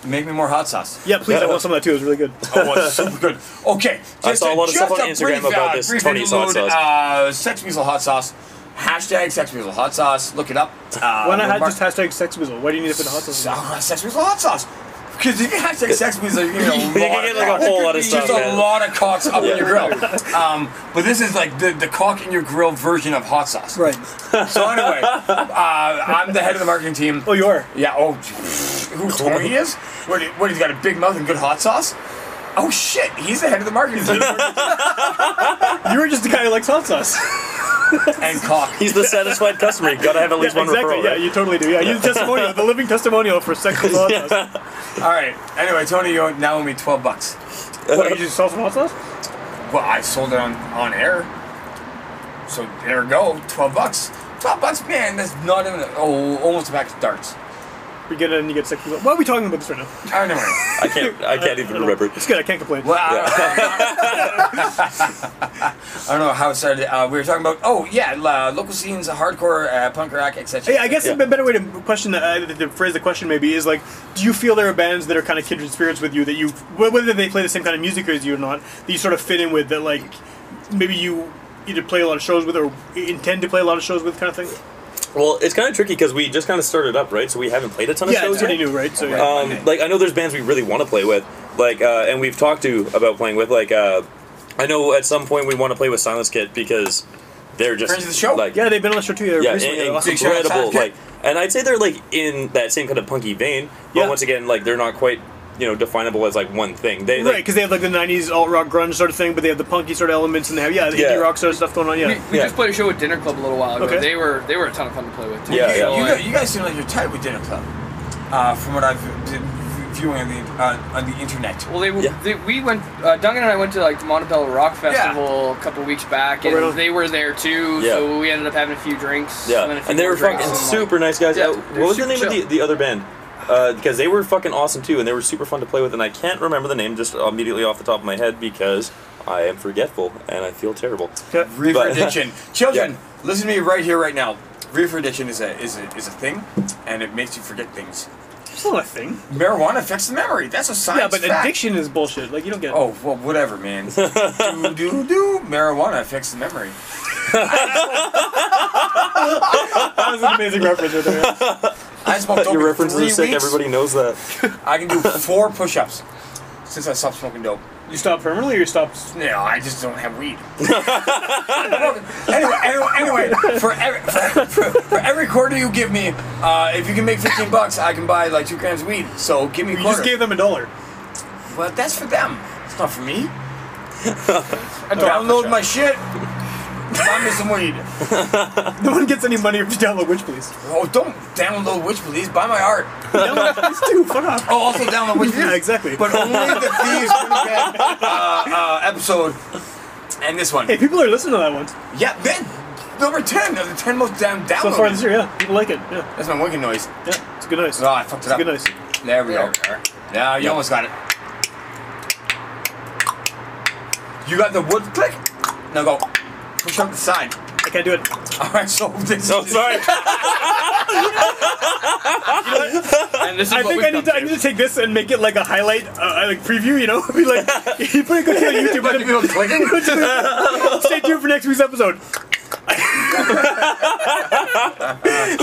D: make me more hot sauce.
B: Yeah, please, I want some of that too. It was really good.
D: Oh, it's super good. Okay. Just
E: I saw a lot of
D: just
E: stuff on Instagram
D: brief,
E: about
D: uh,
E: this
D: brief
E: Tony's hot
D: interlude,
E: sauce.
D: Uh, sex weasel hot sauce. Hashtag sex weasel hot sauce. Look it up. Uh,
B: Why not
D: we'll
B: ha-
D: mark-
B: just hashtag sex whistle? Why do you need to put hot sauce? in it?
D: Uh, sex weasel hot sauce. Because you can hashtag sex weasel, you can
E: You can get, like, a whole lot of
D: Just
E: stuff,
D: a
E: man.
D: lot of cocks up in your grill. Um, but this is like the, the cock in your grill version of hot sauce.
B: Right.
D: So anyway, uh, I'm the head of the marketing team.
B: Oh, you are.
D: Yeah. Oh, who Tony is? What? he- What? He's got a big mouth and good hot sauce. Oh shit! He's the head of the marketing team
B: You were just the guy who likes hot sauce.
D: and cock.
E: He's the satisfied customer. You gotta have at least one
B: exactly.
E: referral.
B: yeah,
E: right?
B: you totally do. Yeah, you're the testimonial, the living testimonial for sex whistle hot sauce.
D: All right. Anyway, Tony, you now owe me twelve bucks.
B: What, you just saw some hot sauce?
D: Well, I sold it on on air. So there go, twelve bucks. Twelve bucks, man. That's not even oh, almost a pack of darts.
B: We get it and you get sex whistle. Why are we talking about this right now?
D: I don't know.
E: I can't. I can't even remember.
B: It's good, I can't complain.
D: Well, I, I don't know how it started. Uh, we were talking about oh yeah, la, local scenes, hardcore, uh, punk rock, etc.
B: Hey, I guess
E: Yeah.
B: a better way to question that, uh, to phrase the question maybe is like, do you feel there are bands that are kind of kindred spirits with you that you, wh- whether they play the same kind of music as you or not, that you sort of fit in with that like, maybe you either play a lot of shows with or intend to play a lot of shows with kind of thing?
E: Well, it's kind of tricky because we just kind of started up, right? So we haven't played a ton of
B: Yeah,
E: shows
B: it's pretty
E: yet.
B: new, right? So yeah.
E: Um, like I know there's bands we really want to play with, like uh, and we've talked to about playing with. Like uh, I know at some point we want to play with Silence Kit because they're just
D: Friends of the show.
E: Like,
B: yeah, they've been on the show too.
E: yeah,
B: recently.
E: in-
B: awesome.
D: Big shout out
E: incredible.
D: Silence Kit.
E: Like, and I'd say they're like in that same kind of punky vein, but
B: Yeah.
E: once again, like they're not quite you know definable as like one thing. They
B: Right,
E: like,
B: because they have like the '90s alt rock grunge sort of thing, but they have the punky sort of elements, and they have yeah, the
E: Yeah.
B: indie rock sort of stuff going on. Yeah,
F: We, we
E: Yeah.
F: just played a show at Dinner Club a little while ago.
B: Okay.
F: They were they were a ton of fun to play with. Too.
E: Yeah,
D: You-
E: yeah.
F: So,
D: You,
F: like,
D: guys- you guys seem like you're tight with Dinner Club, uh, from what I've been viewing on the uh, on the internet.
F: Well, they, were
E: Yeah.
F: they we went. Uh, Duncan and I went to like the Montebello Rock Festival a couple weeks back, and
B: right on.
F: they were there too.
E: Yeah.
F: So we ended up having a few drinks.
E: Yeah,
F: then a
E: and,
F: few
E: they
F: more
E: were
F: drinks,
E: fucking
F: and, like,
E: super nice guys.
F: Yeah,
E: Uh,
F: they're
E: what was the
F: super
E: name of
F: chill.
E: the, the other band? Because they were fucking awesome too, and they were super fun to play with. And I can't remember the name just immediately off the top of my head because I am forgetful and I feel terrible.
B: Okay.
D: Reefer
E: But-
D: addiction, children,
E: Yeah.
D: listen to me right here, right now. Reefer addiction is a is a, is a thing, and it makes you forget things.
B: it's not a thing.
D: Marijuana affects the memory. That's a science.
B: Yeah, but
D: fact.
B: addiction is bullshit. Like you don't get. it.
D: Oh well, whatever, man. do do do. Marijuana affects the memory.
B: that was an amazing reference right there.
D: I smoked dope
E: Your
D: in
E: references
D: three
E: are sick.
D: weeks.
E: Everybody knows that.
D: I can do four push-ups since I stopped smoking dope.
B: You stop permanently, or you stop?
D: No, I just don't have weed. anyway, anyway, anyway for, every, for, for, for every quarter you give me, uh, if you can make 15 bucks, I can buy like two grams of weed. So give me a
B: You
D: quarter.
B: just gave them a dollar.
D: well, that's for them. It's not for me.
F: I don't know.
D: Download my shit. Buy me some weed.
B: No one gets any money if you download Witch Police.
D: Oh, don't download Witch Police. Buy my art.
B: Download Witch Police too. Fuck off.
D: Oh, also download Witch Police.
B: Yeah, exactly.
D: But only the Thieves Winnipeg, uh, uh, episode and this one.
B: hey, people are listening to that one
D: Yeah, then number 10 of the 10 most damn downloads.
B: so far this year. Yeah, people like it. Yeah,
D: That's my winking noise.
B: yeah, it's a good noise.
D: Oh, I fucked it
B: it's a
D: up.
B: good noise.
D: There we go. Now you
E: Yeah.
D: almost got it. You got the wood click. Now go push up the side.
B: I can't do it.
D: All right, so this
E: So
D: is
E: sorry.
F: And this is
B: I
F: what
B: think
F: we've
B: I need to.
F: done
B: I need to take this and make it like a highlight, uh, like preview. You know, be like, you put it go to YouTube.
D: But
B: and
D: people clicking.
B: Stay tuned for next week's episode.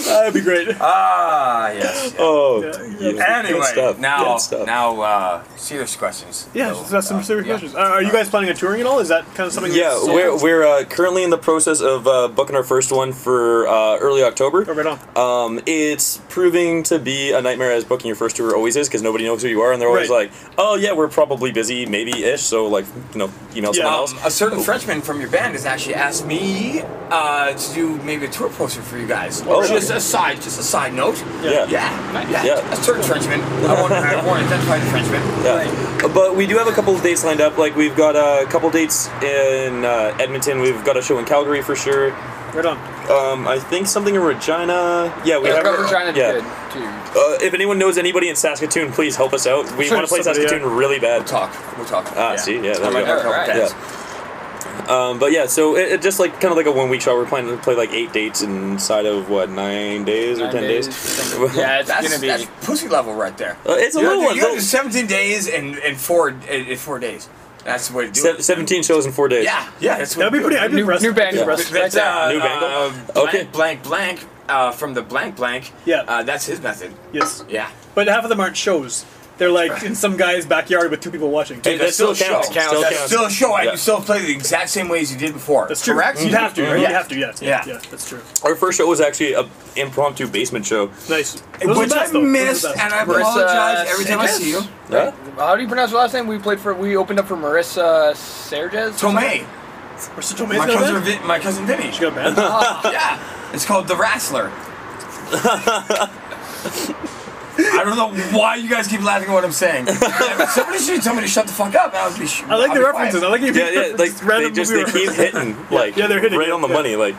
B: That'd be great.
D: Ah, yes.
E: Oh, beautiful. Good
D: Anyway,
E: stuff.
D: now,
E: Good stuff.
D: now, uh, serious questions.
B: Yeah,
D: So,
B: so that's some
D: uh,
B: serious
D: yeah.
B: questions. Are, are you guys planning on touring at all? Is that kind of something?
E: Yeah,
B: that's-
E: we're, we're uh, currently in the process of uh, booking our first one for uh, early October.
B: Oh, right on.
E: Um, it's proving to be a nightmare as booking your first tour always is because nobody knows who you are and they're always
B: Right.
E: like, oh yeah, we're probably busy, maybe ish. So like, you know, email
B: Yeah.
E: someone
D: Um,
E: else.
D: a certain Frenchman from your band has actually asked me uh, to do maybe a tour poster for you guys.
E: Oh,
D: just
E: really?
D: a side, just a side note.
E: Yeah.
D: yeah, yeah.
E: Yeah.
D: A certain Frenchman. I won't, I won't identify the Frenchman.
E: Yeah. But we do have a couple of dates lined up. Like we've got uh, a couple dates in uh, Edmonton. We've got a show in Calgary for sure.
B: Right on.
E: Um, I think something in Regina. Yeah, we
F: Yeah,
E: have.
F: Rubber China's
E: yeah.
F: good too.
E: Uh, if anyone knows anybody in Saskatoon, please help us out. We want to play
B: Somebody, yeah.
E: Saskatoon really bad.
D: We'll talk. We'll talk.
E: Ah, see, yeah, there
D: I
E: we
D: might
E: go.
D: have a couple
F: Alright.
D: days.
E: Um, but yeah, so it, it just like kind of like a one week show. We're planning to play like eight dates inside of what nine days or
F: Nine
E: ten days.
F: days. Yeah, it's
D: That's,
F: gonna be.
D: that's pussy level right there.
E: Uh, it's a
D: You
E: little
D: gotta
E: one.
D: do- you gotta
E: though.
D: do 17 days and, and four in, in four days. That's the way to do
E: Se-
D: it.
E: Seventeen shows in four days.
D: Yeah, yeah. That's the way
B: That'd be
D: to do
B: pretty.
D: it.
B: I'd be
F: New,
B: impressed.
F: new band.
E: Yeah.
F: Right
D: That's
F: there.
D: uh,
E: New Bangle?
D: uh,
E: Okay.
D: Blank, blank, blank uh, from the blank, blank.
B: Yeah.
D: Uh, that's his method.
B: Yes.
D: Yeah.
B: But half of them aren't shows. They're like in some guy's backyard with two people watching.
E: Hey, that still counts.
D: a show.
E: Still
D: that's
E: counts.
D: still a show. and
E: Yeah.
D: you still play the exact same way as you did before.
B: That's true.
D: Correct.
B: You'd have to. Right?
D: Yeah.
B: You'd have to. Yes.
D: Yeah.
B: Yeah. That's true.
E: Our first show was actually a impromptu basement show.
B: Nice. Those are
D: Which
B: the best, though. Those
D: I
B: are the
D: missed,
B: best.
D: and I
F: Marissa
D: apologize
E: uh,
D: every time I
F: Sanchez?
D: see you.
E: Yeah.
F: How do you pronounce her last name? We played for. We opened up for Marissa uh, Serges.
D: Tomei,
B: We're such amazing
D: my
B: band.
D: cousin, Vi- my cousin Vinny.
B: You got a band?
D: Yeah, it's called The Wrestler. I don't know why you guys keep laughing at what I'm saying. Somebody should tell me to shut the fuck up. I would be. sh-
B: I like
D: I'll
B: the
D: be
B: references. I
D: quiet.
B: like if you
E: Yeah, yeah, like
B: reference
E: they
B: random
E: just they
B: movie
E: keep
B: references.
E: hitting like
B: Yeah, they're hitting
E: right
B: it,
E: on the
B: yeah.
E: money like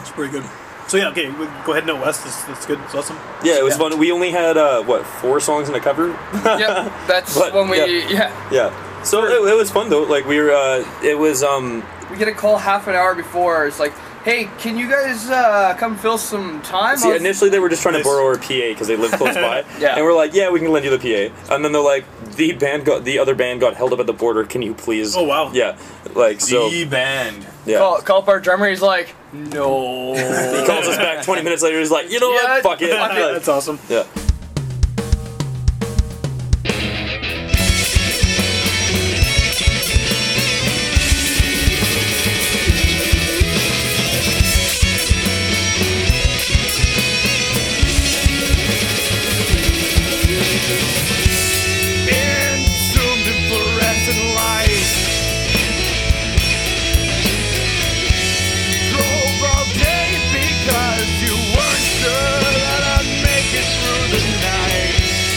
B: It's pretty good. So yeah, okay, we go ahead and know West. That's, that's good. It's awesome.
E: yeah it was fun. We only had uh, what four songs in a cover
F: Yep, that's
E: But,
F: when we.
E: yeah.
F: Yeah.
E: yeah so it, it was fun though like we were uh, it was um
F: we get a call half an hour before. It's like, hey, can you guys uh, come fill some time? I
E: See,
F: was-
E: initially they were just trying
B: Nice.
E: to borrow our PA because they live close by.
F: Yeah.
E: And we're like, yeah, we can lend you the PA. And then they're like, the band got the other band got held up at the border. Can you please?
B: Oh, wow.
E: Yeah. Like so.
D: The band.
E: Yeah.
F: call, call up our drummer. He's like, no.
E: he calls us back 20 minutes later. He's like, you know
F: Yeah,
E: what? Fuck it.
F: fuck it.
E: Like,
B: That's awesome.
E: yeah.
C: Consumed in fluorescent light. Drove all day because you weren't sure that I'd make it through the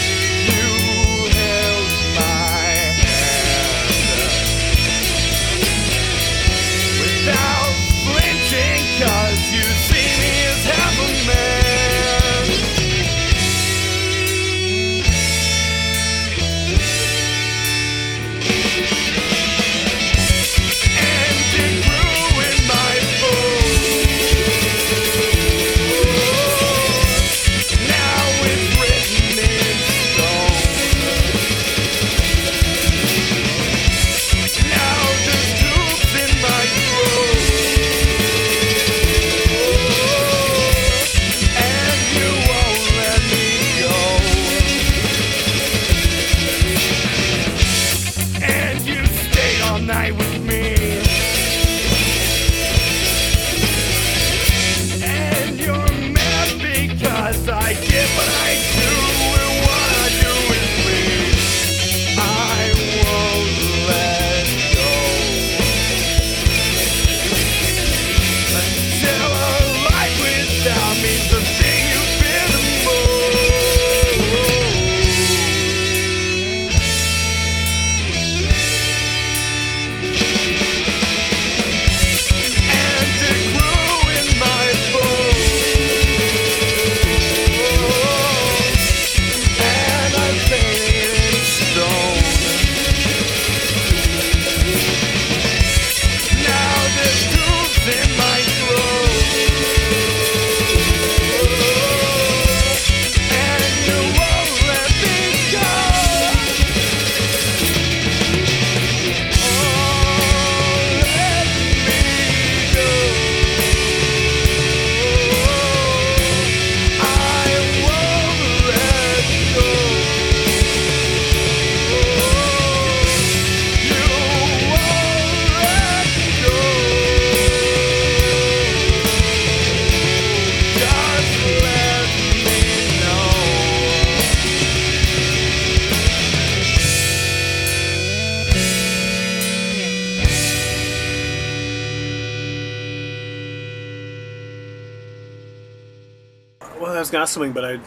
B: well, I was gonna ask something, but I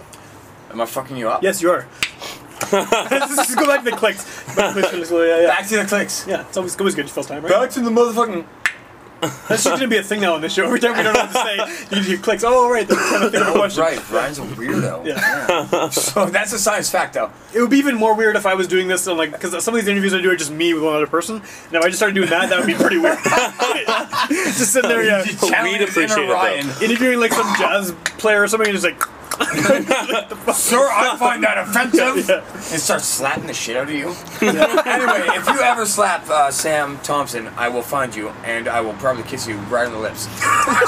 D: Am I fucking you up?
B: yes, you are. Let's go back to the clicks. Back to the clicks, yeah, yeah.
D: Back to the clicks.
B: Yeah, it's always, always good. You first time, right?
D: Back to the motherfucking.
B: That's just gonna be a thing now on this show. Every time we don't know what to say, you hear clicks. Oh, right, they're trying to think of a question.
D: Right, Ryan's a weirdo. Yeah. So that's a science fact, though.
B: It would be even more weird if I was doing this, and like, because some of these interviews I do are just me with one other person, and if I just started doing that, that would be pretty weird. just sitting there, yeah,
D: Challenge
E: appreciate
D: inner
E: it, though.
D: Ryan.
B: interviewing like some jazz player or something, and just like,
D: Sir, I find that offensive.
B: Yeah.
D: And start slapping the shit out of you. anyway, if you ever slap uh, Sam Thompson, I will find you and I will probably kiss you right on the lips. Here's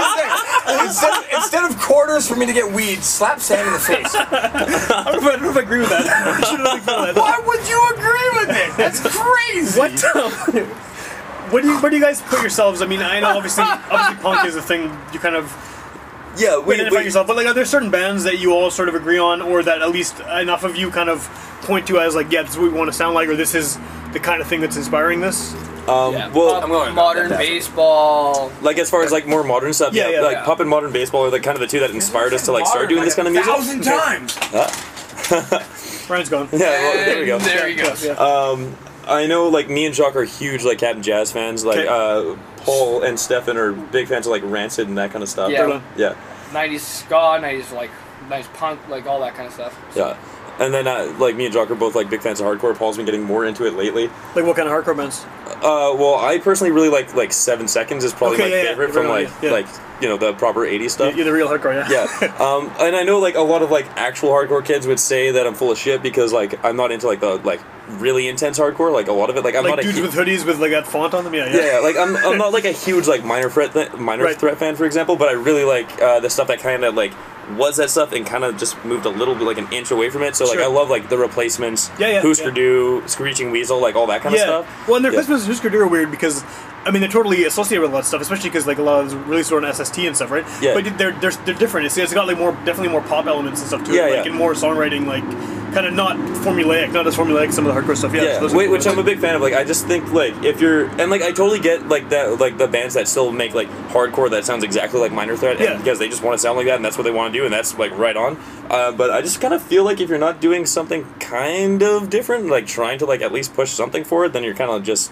D: the thing. Instead, instead of quarters for me to get weed, slap Sam in the face.
B: I don't know if I, I, don't know if I agree with that. I shouldn't have done that.
D: Why would you agree with it? That's crazy.
B: What? what do you What do you guys put yourselves? I mean, I know obviously, obviously, punk is a thing you kind of
E: Yeah, wait,
B: identify yourself. But like, are there certain bands that you all sort of agree on, or that at least enough of you kind of point to as like, yeah, this is what we want to sound like, or this is the kind of thing that's inspiring this?
E: Um,
F: Yeah,
E: well,
F: pop, modern baseball.
E: like as far as like more modern stuff,
B: Yeah,
E: yeah,
B: yeah,
E: like
F: yeah.
E: pop and modern baseball are like kind of the two that inspired us to like start doing this kind of music.
D: Thousand times.
B: Brian's gone.
E: Yeah, well, there we go.
F: And There you go.
B: Yeah.
E: I know, like me and Jock are huge like Captain Jazz fans. Like
B: Okay.
E: uh, Paul and Stefan are big fans of like Rancid and that kind of stuff.
F: Yeah.
E: yeah,
F: 90s ska, 90s like 90s punk, like all that kind of stuff.
E: yeah. And then uh, like me and Jock are both like big fans of hardcore. Paul's been getting more into it lately.
B: Like, what kind of hardcore bands?
E: Uh, well, I personally really like like Seven Seconds is probably
B: Okay,
E: my
B: yeah, yeah,
E: favorite
B: the
E: from
B: real one,
E: like
B: yeah.
E: like you know the proper '80s stuff.
B: You're the real hardcore, yeah.
E: yeah um, and i know like a lot of like actual hardcore kids would say that i'm full of shit because like i'm not into like the like really intense hardcore like a lot of it like i'm
B: Like
E: not
B: dudes
E: a hu-
B: with hoodies with like that font on them, yeah, yeah.
E: yeah, yeah, like I'm, I'm not like a huge like minor threat th- minor
B: Right.
E: threat fan for example but i really like uh, the stuff that kind of like was that stuff and kind of just moved a little bit like an inch away from it so like
B: Sure.
E: i love like the replacements
B: Yeah, yeah,
E: Husker
B: yeah.
E: Du screeching weasel like all that kind of stuff
B: Well, and their
E: Yeah.
B: Christmas Husker Du are weird because, I mean, they're totally associated with a lot of stuff, especially because like a lot of it's released on SST and stuff, right?
E: Yeah.
B: But they're they're, they're different. It's, it's got like more definitely more pop elements and stuff to
E: Yeah,
B: it, like
E: yeah.
B: and more songwriting, like kind of not formulaic, not as formulaic as some of the hardcore stuff. Yeah.
E: yeah,
B: so those are
E: whi-
B: cool
E: which I'm
B: bands.
E: a big fan of. Like, I just think like if you're and like I totally get like that like the bands that still make like hardcore that sounds exactly like Minor Threat, and-
B: Yeah.
E: because they just want to sound like that and that's what they want to do, and that's like right on. Uh, but I just kind of feel like if you're not doing something kind of different, like trying to like at least push something forward, then you're kind of just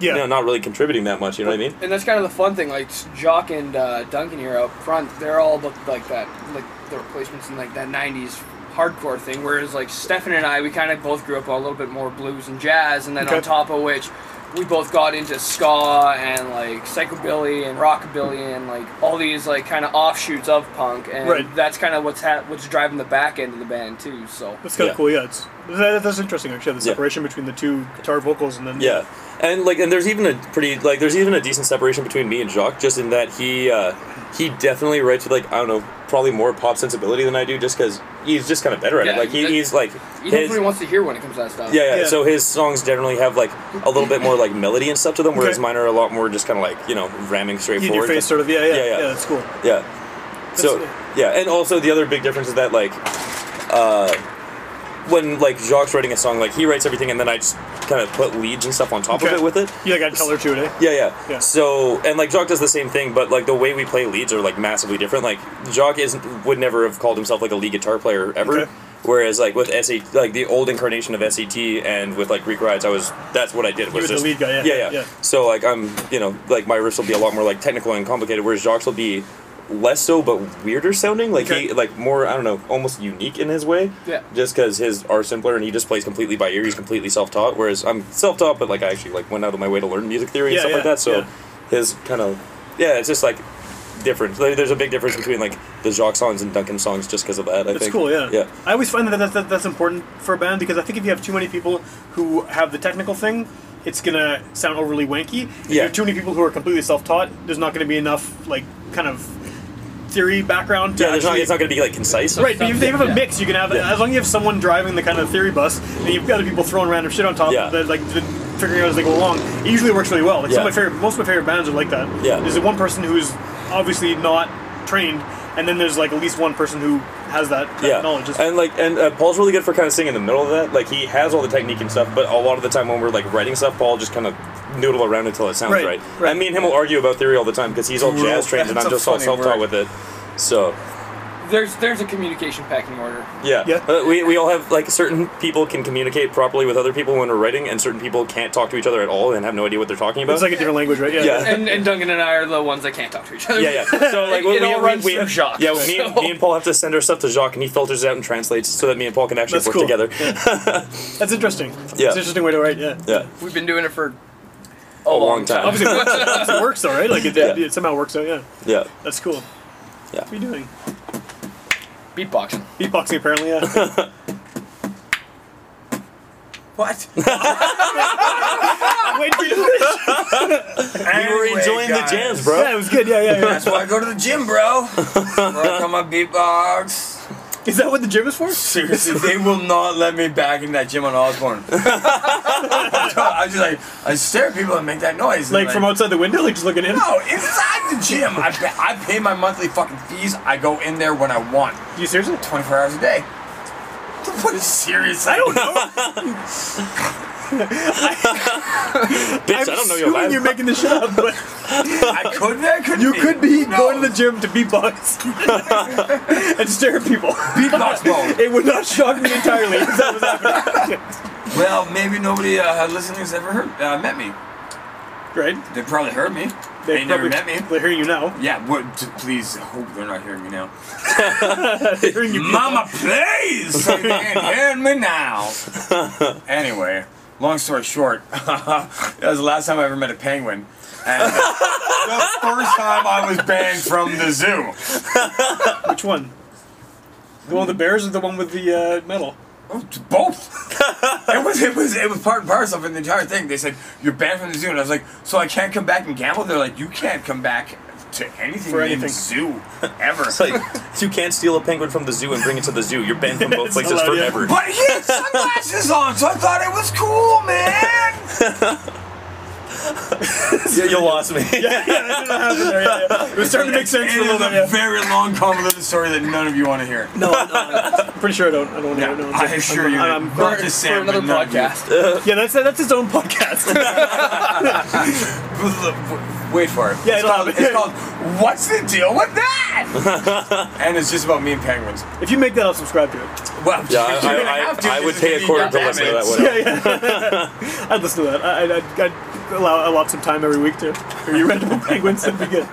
B: yeah.
E: you know not really contributing that much. You know what I mean?
F: And that's kind of the fun thing. Like Jock and uh, Duncan here up front, they're all the, like that, like the replacements in like that '90s hardcore thing. Whereas like Stefan and I, we kind of both grew up on a little bit more blues and jazz, and then
B: Okay.
F: on top of which, we both got into ska and like psychobilly and rockabilly and like all these like kind of offshoots of punk, and
B: Right.
F: that's kind of what's ha- what's driving the back end of the band too. So
B: That's kind of
E: Yeah.
B: cool. Yeah, it's that, that's interesting. Actually, the
E: Yeah.
B: separation between the two guitar vocals and then
E: Yeah, and like, and there's even a pretty like, there's even a decent separation between me and Jacques, just in that he uh, he definitely writes with like I don't know, probably more pop sensibility than I do, just because he's just kind of better at it.
F: Yeah,
E: Like he,
F: that-
E: he's like
F: you know
E: his,
F: what he wants to hear when it comes to that stuff.
E: yeah, yeah,
B: Yeah.
E: So his songs generally have like a little bit more like melody and stuff to them, whereas
B: Okay.
E: mine are a lot more just kind of like you know ramming straight
B: in your
E: forward.
B: face, sort of. Yeah, yeah,
E: Yeah, yeah.
B: that's cool.
E: Yeah. So
B: That's-
E: yeah, and also the other big difference is that like, uh, when like Jacques writing a song, like he writes everything, and then I just kind of put leads and stuff on top
B: Okay.
E: of it with it.
B: You like got color to it, eh?
E: Yeah, yeah,
B: Yeah.
E: So and like Jock does the same thing, but like the way we play leads are like massively different. Like Jock is would never have called himself like a lead guitar player ever.
B: Okay.
E: Whereas like with SAT, like the old incarnation of SAT, and with like Greek Rides, I was that's what I did. Was
B: were the
E: just-
B: lead guy, yeah,
E: yeah,
B: yeah.
E: So like I'm, you know, like my riffs will be a lot more like technical and complicated, whereas Jock's will be less so but weirder sounding. Like
B: Okay.
E: he like more I don't know, almost unique in his way.
F: Yeah.
E: Just because his are simpler and he just plays completely by ear. He's completely self-taught, whereas I'm self-taught, but like I actually like went out of my way to learn music theory and
B: Yeah,
E: stuff like
B: yeah,
E: that. So
B: yeah.
E: his kind of yeah, it's just like different. There- There's a big difference between like the Jacques songs and Duncan songs just because of that. I
B: That's
E: think.
B: cool, yeah.
E: Yeah.
B: I always find that, that, that that's important for a band because I think if you have too many people who have the technical thing, it's gonna sound overly wanky. If you
E: Yeah.
B: have too many people who are completely self-taught, there's not gonna be enough like kind of theory background. To
E: Yeah, there's not,
B: actually-
E: it's not going to be like concise.
B: Right, but if they have a
F: Yeah.
B: mix, you can have
E: Yeah.
B: as long as you have someone driving the kind of theory bus, and you've got other people throwing random shit on top,
E: Yeah.
B: that, like th- figuring out as they go along. It usually works really well. Like some of
E: Yeah.
B: my favorite, most of my favorite bands are like that.
E: Yeah.
B: there's the one person who's obviously not trained, and then there's like at least one person who has that, that
E: yeah.
B: knowledge. It's-
E: And like, and uh, Paul's really good for kind of sitting in the middle of that. Like, he has all the technique and stuff, but a lot of the time when we're like writing stuff, Paul just kind of noodle around until it sounds
B: Right,
E: right.
B: right.
E: And me and him will argue about theory all the time because he's all
D: Noodle.
E: jazz trained and
D: That's
E: I'm
D: a
E: just all
D: funny
E: self-taught
D: word.
E: with it. So
F: there's there's a communication pecking order.
E: Yeah.
B: Yeah.
E: Uh, we, we all have, like, certain people can communicate properly with other people when we're writing, and certain people can't talk to each other at all and have no idea what they're talking about.
B: It's like a different language, right?
E: Yeah.
F: And, and Duncan and I are the ones that can't talk to each other.
E: yeah, yeah. So, like,
F: It-
E: we,
F: it
E: we,
F: all
E: we-
F: runs
E: we-
F: through Jacques,
E: Yeah, me, and,
F: so-
E: me and Paul have to send our stuff to Jacques, and he filters it out and translates so that me and Paul can actually
B: That's
E: work
B: cool.
E: together.
B: That's interesting.
E: Yeah.
B: It's an interesting way to write, yeah.
E: Yeah.
F: We've been doing it for
E: A long time.
B: Obviously, it works, obviously it works though, right? Like, it,
E: Yeah.
B: it somehow works out, yeah.
E: Yeah.
B: That's cool.
E: Yeah.
B: What are you doing?
F: beatboxing.
B: Beatboxing, apparently, yeah.
D: What?
B: Wait, did you do
E: You were enjoying
D: guys.
E: the jams,
B: Yeah,
E: bro.
B: it was good, yeah, yeah, yeah.
D: That's why I go to the gym, bro. Work on my beatbox.
B: Is that what the gym is for?
D: Seriously, they will not let me back in that gym on Osborne. I just like I stare at people and make that noise. and,
B: Like, from outside the window, like just looking in?
D: No, inside the gym. I pay, I pay my monthly fucking fees. I go in there when I want,
B: You seriously?
D: 24 hours a day. What is serious? I don't know.
E: Bitch, I don't know your
B: assuming
E: life.
B: you're making this shit up, but
D: I could be. I could
B: you
D: be.
B: could be
D: No.
B: going to the gym to beatbox and stare at people.
D: beatbox mode.
B: It would not shock me entirely if that was happening.
D: Well, maybe nobody uh, listening has ever heard uh, met me.
B: Right?
D: They probably heard me. They, never
B: probably-
D: met me.
B: They hear you now.
D: Yeah, what, t- please hope they're not hearing me now.
B: They're hearing you.
D: Mama, please! They can't hear me now. Anyway, long story short, that was the last time I ever met a penguin. And uh, the first time I was banned from the zoo.
B: Which one? The one with the bears or the one with the uh, metal?
D: Both. It was it was it was part and parcel of the entire thing. They said you're banned from the zoo, and I was like, so I can't come back and gamble. They're like, you can't come back to anything,
B: For
D: in the
B: anything.
D: zoo ever.
E: It's like you can't steal a penguin from the zoo and bring it to the zoo. You're banned from both
B: It's
E: places
B: allowed, yeah.
E: forever.
D: But he had sunglasses on, so I thought it was cool, man.
E: You, you lost me.
B: It was starting to make sense for a
D: It
B: little
D: is a
B: bit. Yeah.
D: very long, convoluted story that none of you want to hear.
B: No, I'm not. I'm pretty sure I don't. I don't
D: Yeah,
B: know. No,
D: I assure you,
B: I'm, I'm-
D: that not just
F: for
D: Sam,
F: another
D: but none of you.
F: podcast.
B: yeah, that's that's his own podcast.
D: Wait for it.
B: Yeah,
D: it's
B: it'll
D: called,
B: happen.
D: it's called What's the Deal with That? and it's just about me and penguins.
B: if you make that, I'll subscribe to it.
D: Well,
E: Yeah,
D: you're gonna
E: I,
D: have to,
E: I, I would
D: this is
E: pay
D: gonna
E: a quarter
D: be
E: to
D: your
E: listen to that
D: damage.
E: one.
B: Yeah, yeah. I'd listen to that. I, I, I'd, I'd allow, allot some time every week to hear your random penguins. That'd be good.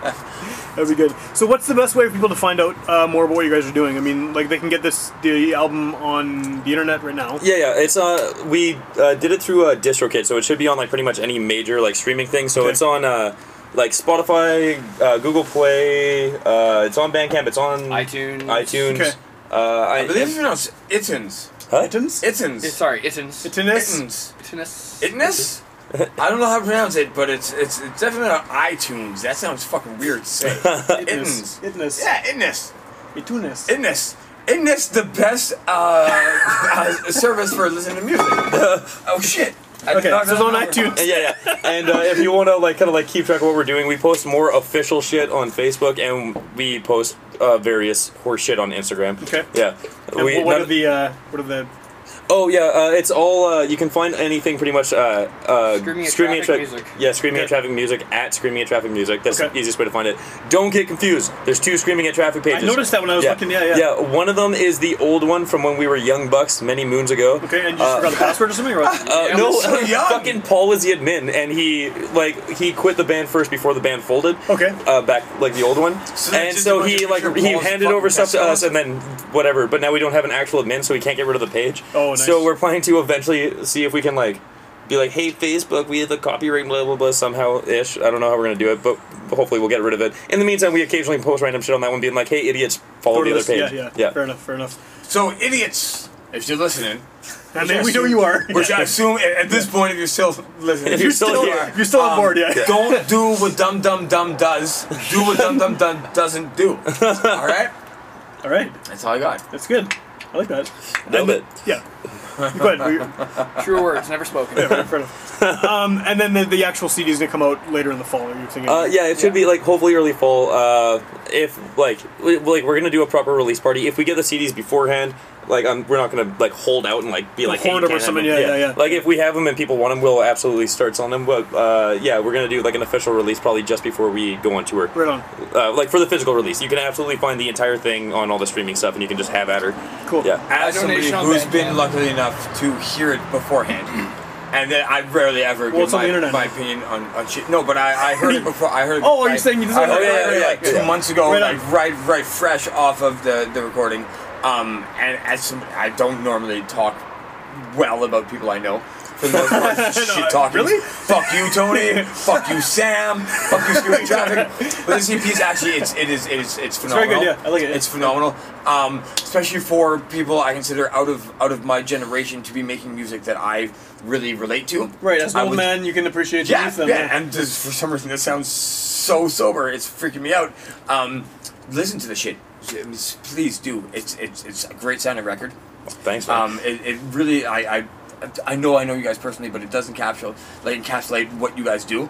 B: That'd be good. So, what's the best way for people to find out uh, more about what you guys are doing? I mean, like they can get this the album on the internet right now.
E: Yeah, yeah. It's uh, we uh, did it through uh, DistroKid, so it should be on like pretty much any major like streaming thing. So it's on uh, like Spotify, uh, Google Play. Uh, it's on Bandcamp. It's on
F: iTunes.
E: iTunes.
B: Okay.
E: Uh, I,
D: I believe it's pronounced Ittens.
E: Huh?
B: Ittens?
F: Yeah,
D: Ittens.
F: Sorry,
B: Itinus?
F: Itins.
D: Ittens.
F: Itins.
D: Ittens? I don't know how to pronounce it, but it's it's, it's definitely on iTunes. That sounds fucking weird to say. Ittens.
B: Itness.
D: Yeah, Ittens.
B: Itunis.
D: Ignis. Ignis, the best uh, uh, service for listening to music. oh shit. I
B: Okay,
D: knocked
B: so it's
D: out
B: on
D: my-
B: iTunes.
E: yeah, yeah. And uh, if you want to like kind of like keep track of what we're doing, we post more official shit on Facebook, and we post uh, various horse shit on Instagram.
B: Okay.
E: Yeah.
B: And
E: We-
B: what, what
E: none-
B: are the uh, what are the
E: Oh yeah, uh, it's all. Uh, you can find anything pretty much. Uh, uh,
F: Screaming at
E: Tra-
F: Traffic Music.
E: Yeah, screaming at
B: Okay.
E: traffic music at screaming at traffic music. That's
B: Okay.
E: the easiest way to find it. Don't get confused. There's two screaming at traffic pages.
B: noticed that when I was looking, yeah, yeah.
E: One of them is the old one from when we were young bucks many moons ago.
B: okay? And you
D: Uh,
B: just forgot the password or something, or what?
E: Uh,
F: Yeah,
E: no,
F: we're
D: so young.
E: fucking Paul was the admin, and he like he quit the band first before the band folded.
B: Okay.
E: Uh, back like the old one,
D: So that's
E: and
D: just
E: so
D: a bunch
E: he
D: of
E: like
D: picture
E: he
D: Paul's
E: handed over
D: fucking
E: stuff to us,
D: testicles.
E: and then whatever. But now we don't have an actual admin, so we can't get rid of the page.
B: Oh, nice.
E: So we're planning to eventually see if we can like be like, hey Facebook, we have the copyright blah blah blah somehow ish. I don't know how we're gonna do it, but hopefully we'll get rid of it. In the meantime, we occasionally post random shit on that one, being like, hey idiots,
B: Go
E: follow
B: to
E: the other
B: this-
E: page.
B: Yeah, yeah, Fair enough. Fair enough.
D: So, idiots, if you're listening,
B: And then we know you are.
D: which I assume at, at this point, if you're still listening,
E: If you're still here.
D: are,
B: You're still on board, yeah.
D: Don't do what Dum Dum Dum does. Do what Dum Dum Dum doesn't do. All right?
B: All right,
D: That's all I got.
B: that's good. I like that.
E: Love it.
B: Yeah. Go ahead. we-
F: True words, never spoken.
B: yeah, fair- fair enough. Um, and then the, the actual CD is gonna come out later in the fall. Are you thinking?
E: Uh, yeah, it should be like hopefully early fall. Uh, if like we, like we're gonna do a proper release party. If we get the CDs beforehand, like I'm, we're not gonna like hold out and like be like
B: hoard 'em
E: hey,
B: or
E: you can't have
B: something,
E: them.
B: yeah, yeah, yeah.
E: Like if we have them and people want them, we'll absolutely start selling them. But uh, yeah, we're gonna do like an official release probably just before we go on tour.
B: Right on.
E: Uh, like for the physical release, you can absolutely find the entire thing on all the streaming stuff, and you can just have at her.
B: Cool.
E: Yeah.
D: As somebody
F: donation on
D: who's
F: Bandcamp.
D: been lucky enough to hear it beforehand, and then I rarely ever
B: Well,
D: give
B: it's on
D: my,
B: the internet.
D: my opinion on, on shit. No, but I, I heard it before. I heard.
B: Oh, are you
D: like,
B: saying this is
D: I
B: on
D: heard
B: the
D: it
B: internet?
D: like two
B: Yeah.
D: months ago,
B: Right on.
D: like right, right, fresh off of the the recording. Um, and as some, I don't normally talk well about people I know. For the most part, shit talking.
B: really?
D: Fuck you, Tony. fuck you, Sam. Fuck you, Stupid Traffic. But this EP is actually it's it is it is it's
B: very good,
D: phenomenal.
B: yeah. I like it.
D: It's phenomenal, um, especially for people I consider out of out of my generation to be making music that I really relate to.
B: Right, as an
D: I
B: old
D: would-
B: man, you can appreciate the
D: Yeah,
B: youth then,
D: yeah, and just for some reason this sounds so sober. It's freaking me out. Um, listen to the shit, please do. It's it's it's a great sounding record.
E: Thanks. Man.
D: Um, it, it really, I, I, I know I know you guys personally, but it doesn't capture, like, encapsulate what you guys do.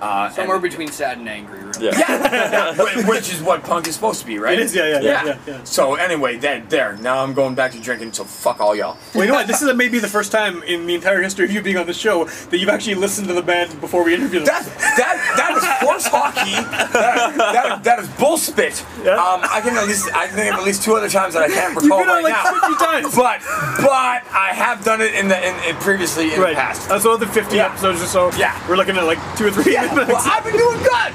D: Uh, and-
F: Somewhere between sad and angry, really.
E: yeah.
D: Yeah, whi- which is what punk is supposed to be, right?
B: It is, yeah, yeah, yeah, yeah, yeah.
D: So anyway, then there. Now I'm going back to drinking. So fuck all y'all.
B: Well, you know what? This is maybe the first time in the entire history of you being on the show that you've actually listened to the band before we interviewed them.
D: That that that is horse hockey. That, that, that is bull spit.
B: Yeah.
D: Um, I can at least I can think of at least two other times that I can't
B: You've
D: recall
B: been on
D: right
B: like
D: now.
B: 50 times.
D: But but I have done it in the in, in previously in
B: right. Uh,
D: the past.
B: That's another 50
D: Yeah.
B: episodes or so.
D: Yeah.
B: We're looking at like two or three
D: yeah.
B: minutes.
D: Well, I've been doing good.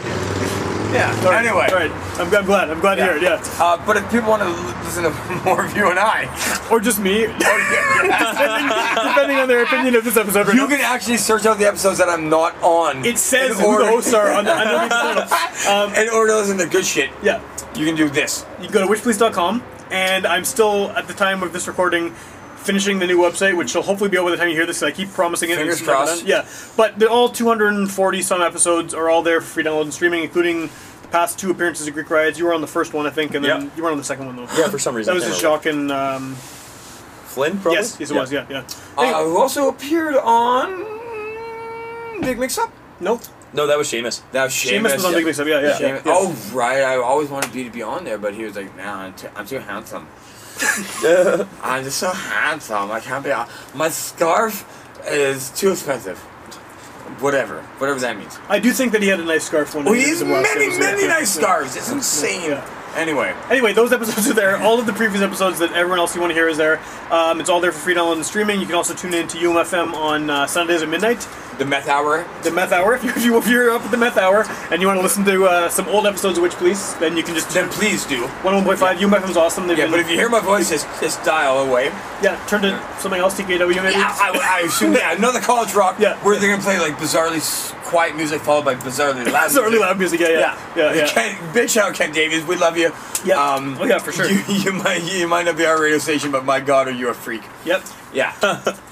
D: Yeah.
B: All right,
D: Anyway.
B: All right. I'm, I'm glad. I'm glad to hear it, yeah.
D: Uh, but if people want to listen to more of you and I,
B: Or just me, depending on their opinion of this episode right
D: You
B: now.
D: can actually search out the episodes that I'm not on.
B: It says
D: in
B: who
D: order,
B: the hosts are on the, on the episode.
D: in order to listen to good shit.
B: Yeah.
D: You can do this.
B: You can go to witchpolice.com, and I'm still, at the time of this recording, finishing the new website, which will hopefully be over by the time you hear this. 'cause I keep promising it. and
D: Fingers
B: it's never
D: crossed.
B: done. Yeah. But they're all 240 some episodes are all there for free download and streaming, including the past two appearances of Greek Rides. You were on the first one, I think, and then
E: Yeah.
B: you were on the second one, though.
E: Yeah, for some reason.
B: That was
E: I
B: a
E: can't
B: shock and um,
E: remember. Flynn, probably.
B: yes, yes it was, yeah, yeah.
D: Uh, who also appeared on Big Mix Up?
B: Nope.
E: No, that was Seamus.
D: Now
B: Seamus
D: Seamus
B: was on Big Mix Up, yeah, yeah.
D: Seamus-
B: yeah. yeah.
D: Oh right, I always wanted B to be on there, but he was like, "Nah, I'm too, I'm too handsome. I'm just so handsome. I can't be. On. My scarf is too expensive. Whatever, whatever that means.
B: I do think that he had a nice scarf one.
D: Well,
B: day.
D: Oh, he has
B: It was a while, so it
D: many,
B: was-
D: many
B: yeah.
D: nice scarves. It's insane.
B: Yeah.
D: Anyway,
B: Anyway, those episodes are there. All of the previous episodes that everyone else you want to hear is there. Um, it's all there for free download and streaming. You can also tune in to UMFM on uh, Sundays at midnight,
D: the meth hour
B: the meth hour. If, you, if, you, if you're up at the meth hour and you want to listen to uh, some old episodes of Witch Police, then you can just
D: Then please do.
B: 101.5. UMFM's awesome. They've
D: Yeah,
B: been-
D: but if you hear my voice, just, just dial away.
B: yeah, turn to something else, TKW maybe.
D: Yeah, I, I assume yeah, another college rock
B: Yeah.
D: where they're gonna play like bizarrely s- quiet music followed by bizarrely loud.
B: Sorry,
D: music.
B: loud music. Yeah, yeah, yeah, yeah.
D: Ken, big shout out Ken Davies, we love you. Um,
B: Yeah. Oh, yeah, for sure.
D: You, you might you might not be our radio station, but my God, are you a freak?
B: Yep,
D: Yeah.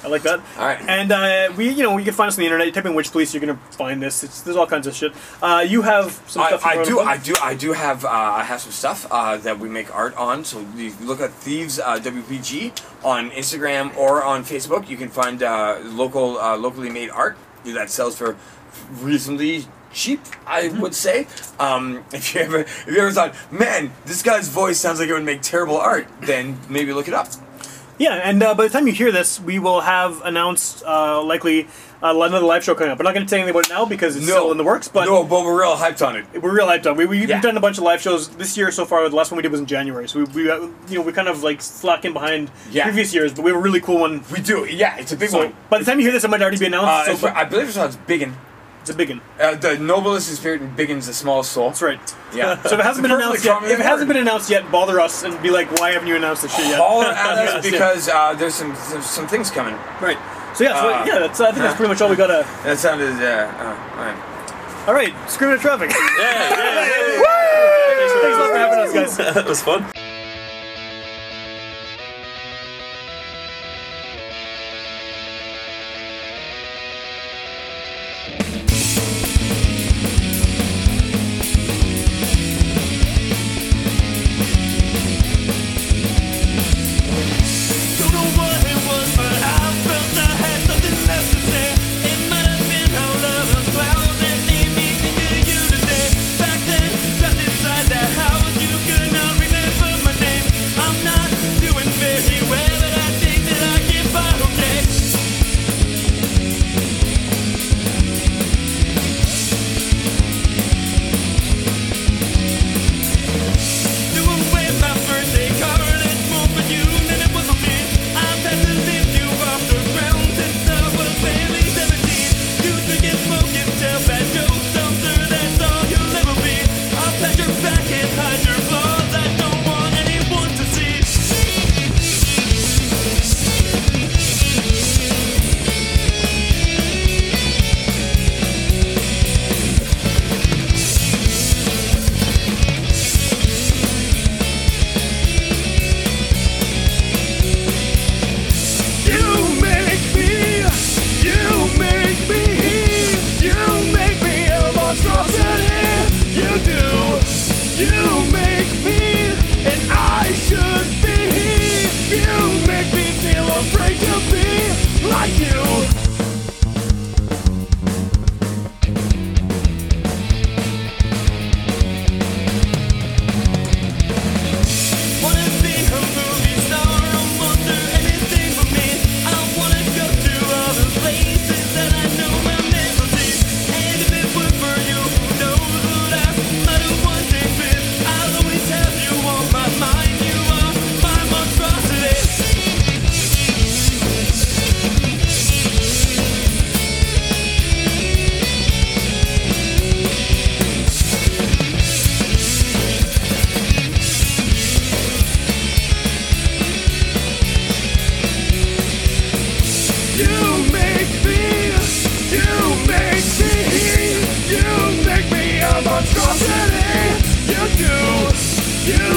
B: I like that.
D: All right.
B: And uh, we, you know, you can find us on the internet. You type in Witch Police, you're gonna find this. It's, there's all kinds of shit. Uh, you have some
D: I,
B: stuff. you
D: I
B: wrote
D: do,
B: up.
D: I do, I do have, uh, I have some stuff uh, that we make art on. So you can look at Thieves uh, WPG on Instagram or on Facebook. You can find uh, local, uh, locally made art that sells for reasonably cheap. I
B: Mm-hmm.
D: would say. Um, if you ever, if you ever thought, man, this guy's voice sounds like it would make terrible art, then maybe look it up.
B: Yeah, and uh, by the time you hear this, we will have announced uh, likely uh, another live show coming up. We're not going to say anything about it now because it's still in the works, but
D: no, but we're real hyped on it.
B: we're real hyped up. We, we've
D: Yeah.
B: done a bunch of live shows this year so far. The last one we did was in January, so we, we uh, you know we're kind of like slacking behind
D: Yeah.
B: previous years, but we have a really cool one.
D: We do, yeah. It's a big
B: So
D: one.
B: by the time you hear this, it might already be
D: Uh,
B: announced.
D: it's-
B: so
D: I believe it's on Biggin.
B: it's a big one.
D: Uh, the noblest in spirit and Biggin's the smallest soul.
B: That's right.
D: Yeah.
B: So if it hasn't been
D: Perfectly
B: announced yet, if it
D: prominent
B: hasn't
D: word.
B: been announced yet, bother us and be like, why haven't you announced this shit yet?
D: All at us
B: Yeah.
D: because uh, there's some some, some things coming.
B: right. So yeah, so
D: Uh,
B: yeah, that's, I think that's pretty much all we gotta.
D: That sounded uh, uh, all right.
B: All right, screw at traffic.
E: Yeah, yeah,
B: Thanks a lot for having us, guys.
E: that was fun.
C: Don't know what it was, but I felt I had something left to say. It might have been how love was found that made me think of you today. Back then, trapped inside that house, you could not remember You